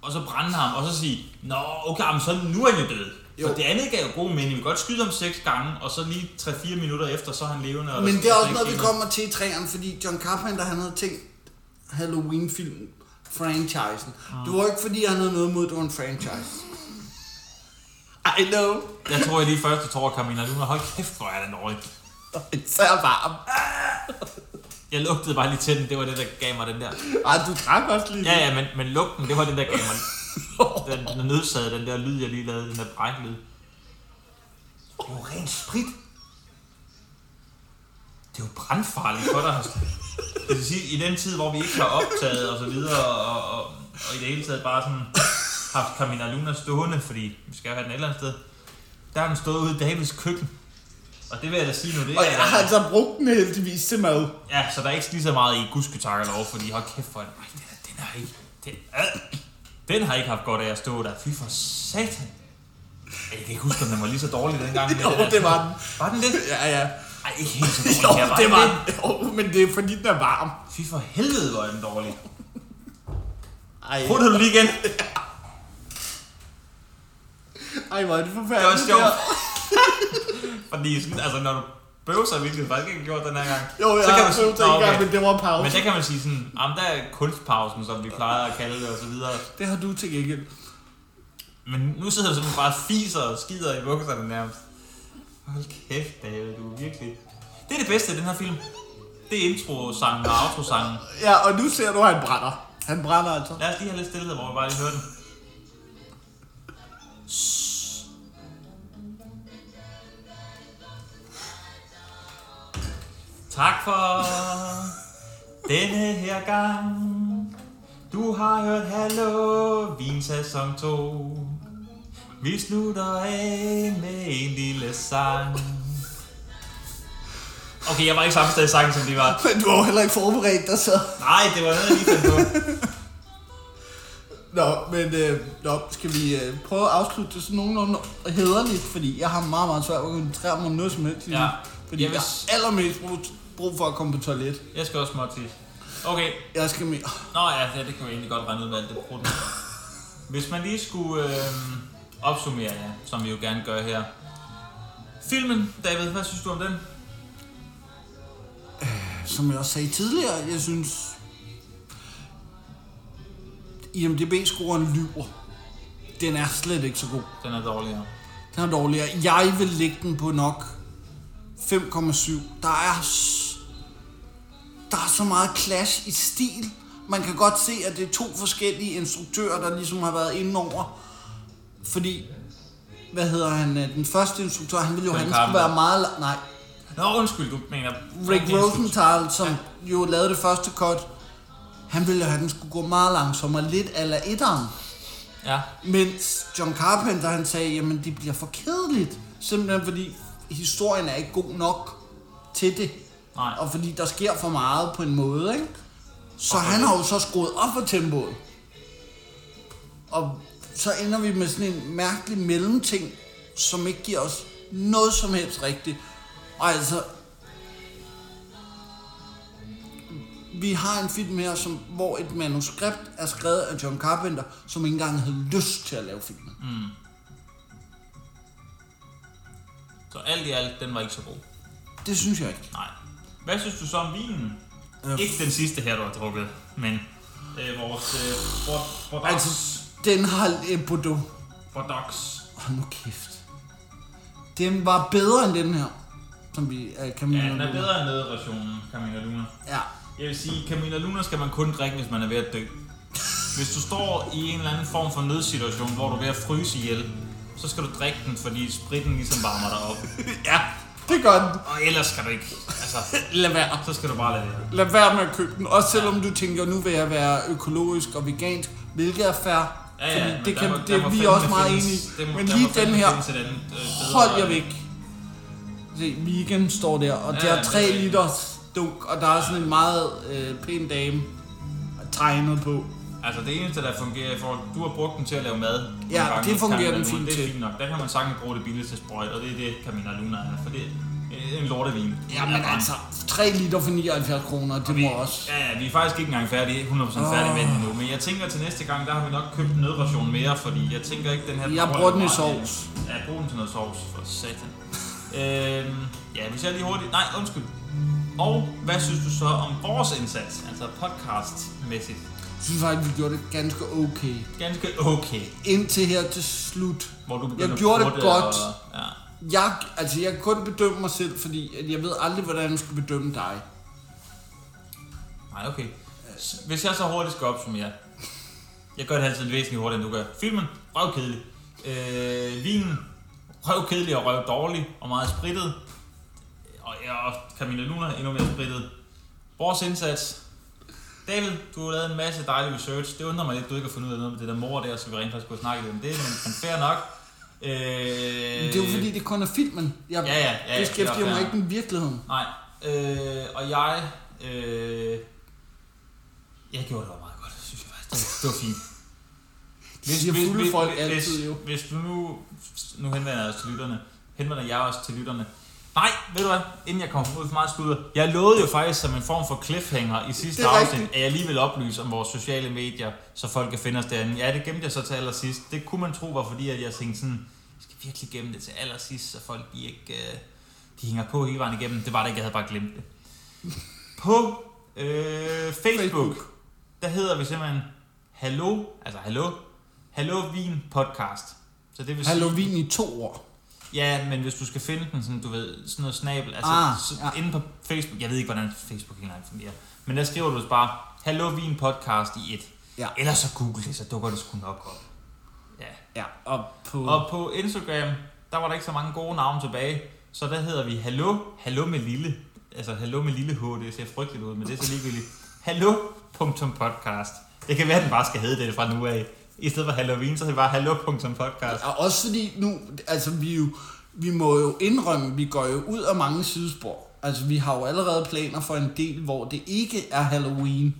S1: og så brænde ham, og så sige, Nå, okay, men så nu er han jo død. Jo.
S2: Jo.
S1: For det andet gav jo god mening. Vi kan godt skyde ham 6 gange, og så lige 3-4 minutter efter, så er han levende. Og
S2: Men
S1: der-
S2: det er
S1: der
S2: også noget, vi
S1: ikke sker
S2: kommer til i træerne, fordi John Carpenter, han havde tænkt Halloween-filmen, franchisen.
S1: Ah.
S2: Det var ikke, fordi han havde noget mod, det var en franchise. I know.
S1: Jeg tror, jeg lige først jeg tror, Camilla Luna, hold kæft, hvor er den dårlig.
S2: Så varm.
S1: Jeg lugtede bare lige til den, det var det, der gav mig den der.
S2: Ej, du drak også lige.
S1: Ja, ja, men, men lugten, det var den der gav mig. Den, den nødsagede den der lyd, jeg lige lavede, den der bræklyd. Det er jo ren sprit. Det er jo brandfarligt for dig. Hassan. Det vil sige, i den tid, hvor vi ikke har optaget og så videre, og, og, og i det hele taget bare sådan haft Camina Luna stående, fordi vi skal jo have den et eller andet sted, der har den stået ude i Davids køkken. Og det vil jeg da sige nu, det
S2: Og jeg har altså brugt den heldigvis til mad.
S1: Ja, så der er ikke lige så meget i gudske tak og lov, fordi hold kæft for den. Ej, den, er- den har ikke... Den, øh, den har ikke haft godt af at stå der. Fy for satan. Ej, Jeg kan ikke huske, om den var lige så dårlig dengang.
S2: Jo, det var den.
S1: Var den lidt?
S2: Ja, ja.
S1: Ej, ikke helt så
S2: Jo,
S1: dårlig. Jeg
S2: det
S1: den
S2: var
S1: lidt.
S2: jo, men det er fordi, den er varm.
S1: Fy for helvede, hvor er den dårlig.
S2: Ej,
S1: Prøv det du lige igen.
S2: Ej hvor er det
S1: Det var
S2: forfærdeligt.
S1: sjovt. Fordi sådan, altså, når du bøvser, hvilket faktisk ikke gjort den her gang,
S2: Jo, jeg
S1: så kan
S2: har
S1: du
S2: prøvet det
S1: "Nå,
S2: en gang,
S1: okay."
S2: men det var en pause.
S1: Men der kan man sige sådan, jamen der er kunstpausen, som vi plejer at kalde det, og så videre.
S2: Det har du til gengæld.
S1: Men nu sidder du simpelthen bare og fiser og skider i bukserne nærmest. Hold kæft, David, du er virkelig... Det er det bedste i den her film. Det er intro-sangen og outro-sangen.
S2: Ja, og nu ser du, at han brænder. Han brænder altså.
S1: Lad os lige have lidt stillhed, hvor vi bare lige hører den. Shhh. Tak for denne her gang. Du har hørt Halloween sæson 2. Vi slutter af med en lille sang. Okay, jeg var ikke samme sted i sangen, som de var.
S2: Men du har jo heller ikke forberedt dig, så...
S1: Nej, det var noget, jeg lige fandt på.
S2: Nå, men øh, nå, skal vi øh, prøve at afslutte det sådan nogenlunde hederligt, fordi jeg har meget, meget svært ved at koncentrere mig om noget som helst. lige nu,
S1: Ja.
S2: Fordi
S1: Jeg
S2: jeg,
S1: vil
S2: jeg
S1: s-
S2: har allermest brug, brug for at komme på toilet.
S1: Jeg skal også småt tisse. Okay,
S2: Jeg skal med...
S1: Nå ja, ja, det kan vi egentlig godt regne ud med alt det brudt. Hvis man lige skulle øh, opsummere, ja, som vi jo gerne gør her. Filmen, David, hvad synes du om den?
S2: Som jeg også sagde tidligere, jeg synes... IMDB-scoren lyver. Den er slet ikke så god.
S1: Den er dårligere.
S2: Den er dårligere. Jeg vil lægge den på nok 5,7. Der er, s- der er så meget clash i stil. Man kan godt se, at det er to forskellige instruktører, der ligesom har været inde over. Fordi, hvad hedder han, øh, den første instruktør, han ville jo
S1: Frank
S2: han skulle
S1: Carpenter.
S2: være meget... la- Nej,
S1: Nå, undskyld, du mener...
S2: Rick Rosenthal, som jo lavede det første cut, han ville have, at den skulle gå meget langsommere, lidt ala etteren.
S1: Ja,
S2: Mens John Carpenter, han sagde, jamen det bliver for kedeligt. Simpelthen fordi historien er ikke god nok til det.
S1: Nej.
S2: Og fordi der sker for meget på en måde, ikke? Så
S1: Og for
S2: han
S1: lidt.
S2: har jo så skruet op for tempoet. Og så ender vi med sådan en mærkelig mellemting, som ikke giver os noget som helst rigtigt. Og altså... vi har en film her, som, hvor et manuskript er skrevet af John Carpenter, som ikke engang havde lyst til at lave filmen. Mm.
S1: Så alt i alt, den var ikke så god.
S2: Det synes jeg ikke.
S1: Nej. Hvad synes du så om vinen? Ikke den sidste her, du har drukket, men øh, vores øh, bord- bordox.
S2: Altså, den har en Bordeaux.
S1: bordox.
S2: Hold nu kæft. Den var bedre end den her, som vi øh, kan
S1: Ja, den er bedre end nødversionen, Camilla Luna.
S2: Ja.
S1: Jeg vil sige, Camilla Luna skal man kun drikke, hvis man er ved at dø. Hvis du står i en eller anden form for nødsituation, hvor du er ved at fryse ihjel, så skal du drikke den, fordi spritten ligesom varmer dig op.
S2: ja, det gør den.
S1: Og ellers skal du ikke. Altså,
S2: Lad være.
S1: så skal du bare lade være.
S2: Lad være med at købe den, også selvom du tænker, nu vil jeg være økologisk og vegansk, hvilket er fair.
S1: Ja, ja,
S2: fordi
S1: men
S2: det,
S1: der
S2: kan,
S1: må-
S2: det
S1: der
S2: er
S1: må
S2: vi
S1: fandme
S2: også meget
S1: findes-
S2: enige i.
S1: der må-
S2: Men
S1: der må
S2: lige den
S1: fandme
S2: her,
S1: findes et andet, øh, bedre-
S2: hold jer væk. Se, Vegan står der, og
S1: Ja,
S2: ja, der er
S1: det
S2: tre
S1: er rigtigt.
S2: liters dunk, og der er sådan en meget øh, pæn dame tegnet på.
S1: Altså det eneste, der fungerer i forhold du har brugt den til at lave mad. nogle
S2: Ja,
S1: gange,
S2: det fungerer
S1: Camilla
S2: den
S1: Luna,
S2: fint
S1: Det
S2: til.
S1: er fint nok. Der kan man sagtens bruge det billigste sprøjt, og det er det, Camilla Luna er. For det er en lortevin.
S2: Ja, men altså, 3 liter for 79 kroner, det
S1: Vi,
S2: må også.
S1: ja, ja, vi er faktisk ikke engang færdige, 100%
S2: Åh.
S1: færdige med den endnu. Men jeg tænker til næste gang, der har vi nok købt en nødration mere, fordi jeg tænker ikke, den her...
S2: Jeg bruger den i sovs.
S1: Ja, brug den til noget sovs, for satan. øhm, ja, hvis jeg lige hurtigt... Nej, undskyld. Og hvad synes du så om vores indsats, altså podcast-mæssigt?
S2: Jeg synes faktisk, vi gjorde det ganske okay.
S1: Ganske okay,
S2: Indtil her til slut.
S1: hvor du begynder
S2: Jeg
S1: at
S2: gjorde
S1: bruge
S2: det godt.
S1: Og, ja.
S2: Jeg, altså, jeg kan kun bedømme mig selv, fordi at jeg ved aldrig, hvordan jeg skal bedømme dig.
S1: Nej, okay. Hvis jeg så hurtigt skal opsummere. Jeg gør det altid væsentligt hurtigere, end du gør. Filmen, røvkedelig. Øh, vinen, røvkedelig og røv dårlig og meget sprittet. Og, ja, og Camilla Luna, endnu mere sprittet. Vores indsats. David, du har lavet en masse dejlig research. Det undrer mig lidt, du ikke har fundet ud af noget med det der mor der, så vi rent faktisk kunne snakke lidt om det, men, men fair nok. Øh,
S2: Men det er jo fordi, det kun er filmen. Jeg
S1: Ja, ja, ja, ja, det
S2: beskæftiger
S1: er
S2: mig
S1: fair.
S2: ikke med virkeligheden.
S1: Nej. Øh, og jeg... Øh, jeg gjorde det også meget godt, synes jeg faktisk. Det var- Det var fint.
S2: siger fulde folk
S1: hvis,
S2: altid, jo.
S1: Hvis du nu... Nu henvender jeg os til lytterne. Henvender jeg os til lytterne. Nej, ved du hvad? Inden jeg kommer ud for meget sludder. Jeg lovede jo faktisk som en form for cliffhanger i sidste
S2: Det er
S1: afsnit,
S2: rigtigt.
S1: at jeg lige vil oplyse om vores sociale medier, så folk kan finde os derinde. Ja, det gemte jeg så til allersidst. Det kunne man tro var fordi, at jeg tænkte sådan, jeg skal virkelig gemme det til allersidst, så folk de ikke... Øh, de hænger på hele vejen igennem. Det var det ikke, jeg havde bare glemt det. På øh, Facebook,
S2: Facebook.
S1: der hedder vi simpelthen Hallo, altså Hallo, Hallo Vin Podcast. Så det vil sige,
S2: Halloween i to år.
S1: ja, men hvis du skal finde den, sådan, du ved, sådan noget snabel, altså
S2: Ah,
S1: ah, så,
S2: ja.
S1: ja. inde på Facebook, jeg ved ikke, hvordan Facebook ikke engang fungerer, men der skriver du bare, Hallo Vin Podcast i et.
S2: Ja.
S1: Ellers så google det, så dukker det sgu nok op. Ja.
S2: Ja, og på...
S1: Og på Instagram, der var der ikke så mange gode navne tilbage, så der hedder vi Hallo, Hallo med Lille. Altså Hallo med Lille H, det ser frygteligt ud, men det er så ligegyldigt. Hallo.podcast. Det kan være, den bare skal hedde det fra nu af. I stedet for Halloween, så er det bare Hallo.podcast.
S2: Og også fordi nu, altså vi, er jo, vi må jo indrømme, vi går jo ud af mange sidespor. Altså vi har jo allerede planer for en del, hvor det ikke er Halloween.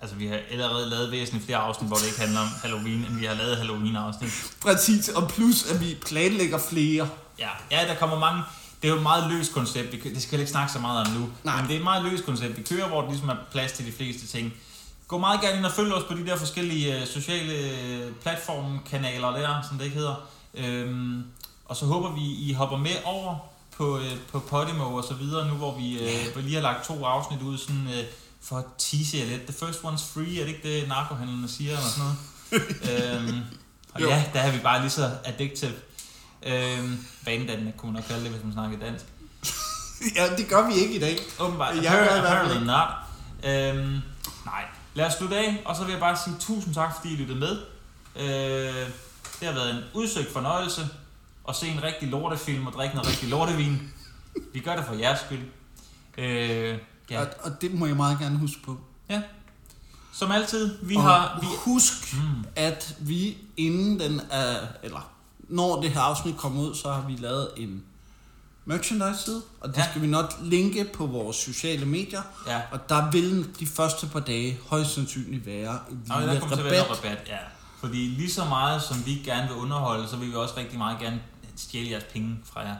S1: Altså, vi har allerede lavet væsentligt flere afsnit, hvor det ikke handler om Halloween, end vi har lavet Halloween-afsnit.
S2: Præcis, og plus at vi planlægger flere.
S1: Ja, ja, der kommer mange... Det er jo et meget løst koncept, vi kø- det skal jeg ikke snakke så meget om nu.
S2: Nej.
S1: Men det er et meget løst koncept, vi kører, hvor der ligesom er plads til de fleste ting. Gå meget gerne ind og følg os på de der forskellige øh, sociale øh, platformkanaler der, som det ikke hedder. Øhm, og så håber vi, I hopper med over på, øh, på Podimo og så videre, nu hvor vi øh, lige har lagt to afsnit ud sådan, øh, for at tease jer lidt. The first one's free, er det ikke det, narkohandlerne siger eller sådan noget? øhm, og
S2: Jo.
S1: ja, der er vi bare lige så addictive. Øhm, Vanedannende kunne man nok kalde det, hvis man snakker dansk.
S2: Ja, det gør vi ikke i dag.
S1: Åbenbart.
S2: Jeg
S1: Jeg
S2: gør i
S1: apparently,
S2: hvert fald
S1: apparently not. Øhm, nej. Lad os slutte af, og så vil jeg bare sige tusind tak, fordi I lyttede med. Øh, det har været en udsøgt fornøjelse at se en rigtig lortefilm og drikke noget rigtig lortevin. Vi gør det for jeres skyld. Øh,
S2: Ja.
S1: ja.
S2: Og, og det må jeg meget gerne huske på.
S1: ja. Som altid, vi
S2: og
S1: har... Vi,
S2: husk, mm. at vi inden den er, eller når det her afsnit kommer ud, så har vi lavet en merchandise-side, og det ja.
S1: Ja.
S2: skal vi nok linke på vores sociale medier,
S1: ja.
S2: og der vil de første par dage højst sandsynligt være et
S1: Nå, men
S2: lille
S1: der kommer til at være
S2: rabat.
S1: noget rabat, ja. Fordi lige så meget, som vi gerne vil underholde, så vil vi også rigtig meget gerne stjæle jeres penge fra jer.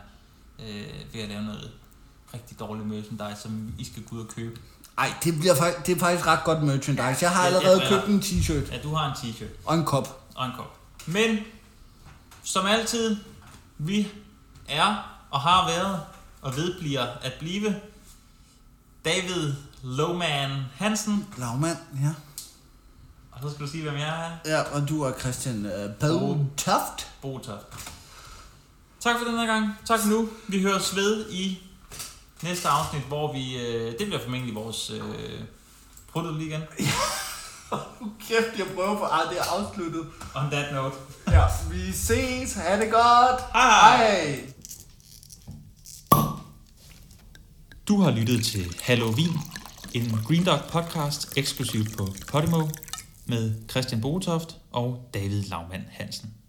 S1: Øh, ved at lave noget rigtig dårligt merchandise, som I skal gå ud og købe.
S2: Ej, det, bliver, fak- det er faktisk ret godt merchandise. Jeg har allerede
S1: jeg-
S2: købt en t-shirt
S1: Ja, du har en t-shirt
S2: og en kop.
S1: og en kop. Men, som altid, vi er og har været og vedbliver at blive David Lowman Hansen.
S2: Lavmand, ja.
S1: Og så skal du sige, hvem jeg er.
S2: Ja, og du er Christian øh, Bøgtoft.
S1: Botoft. Tak for den her gang. Tak nu. Vi høres ved i næste afsnit, hvor vi... Øh, det bliver formentlig vores... Øh, prøv det lige igen.
S2: Kæft, jeg prøver på. Ej, det er afsluttet.
S1: On that note.
S2: Ja, vi ses. Ha' det godt.
S1: Hej.
S2: Hej.
S6: Du har lyttet til Halloween, en Green Dog podcast eksklusivt på Podimo med Christian Botoft og David Laumann Hansen.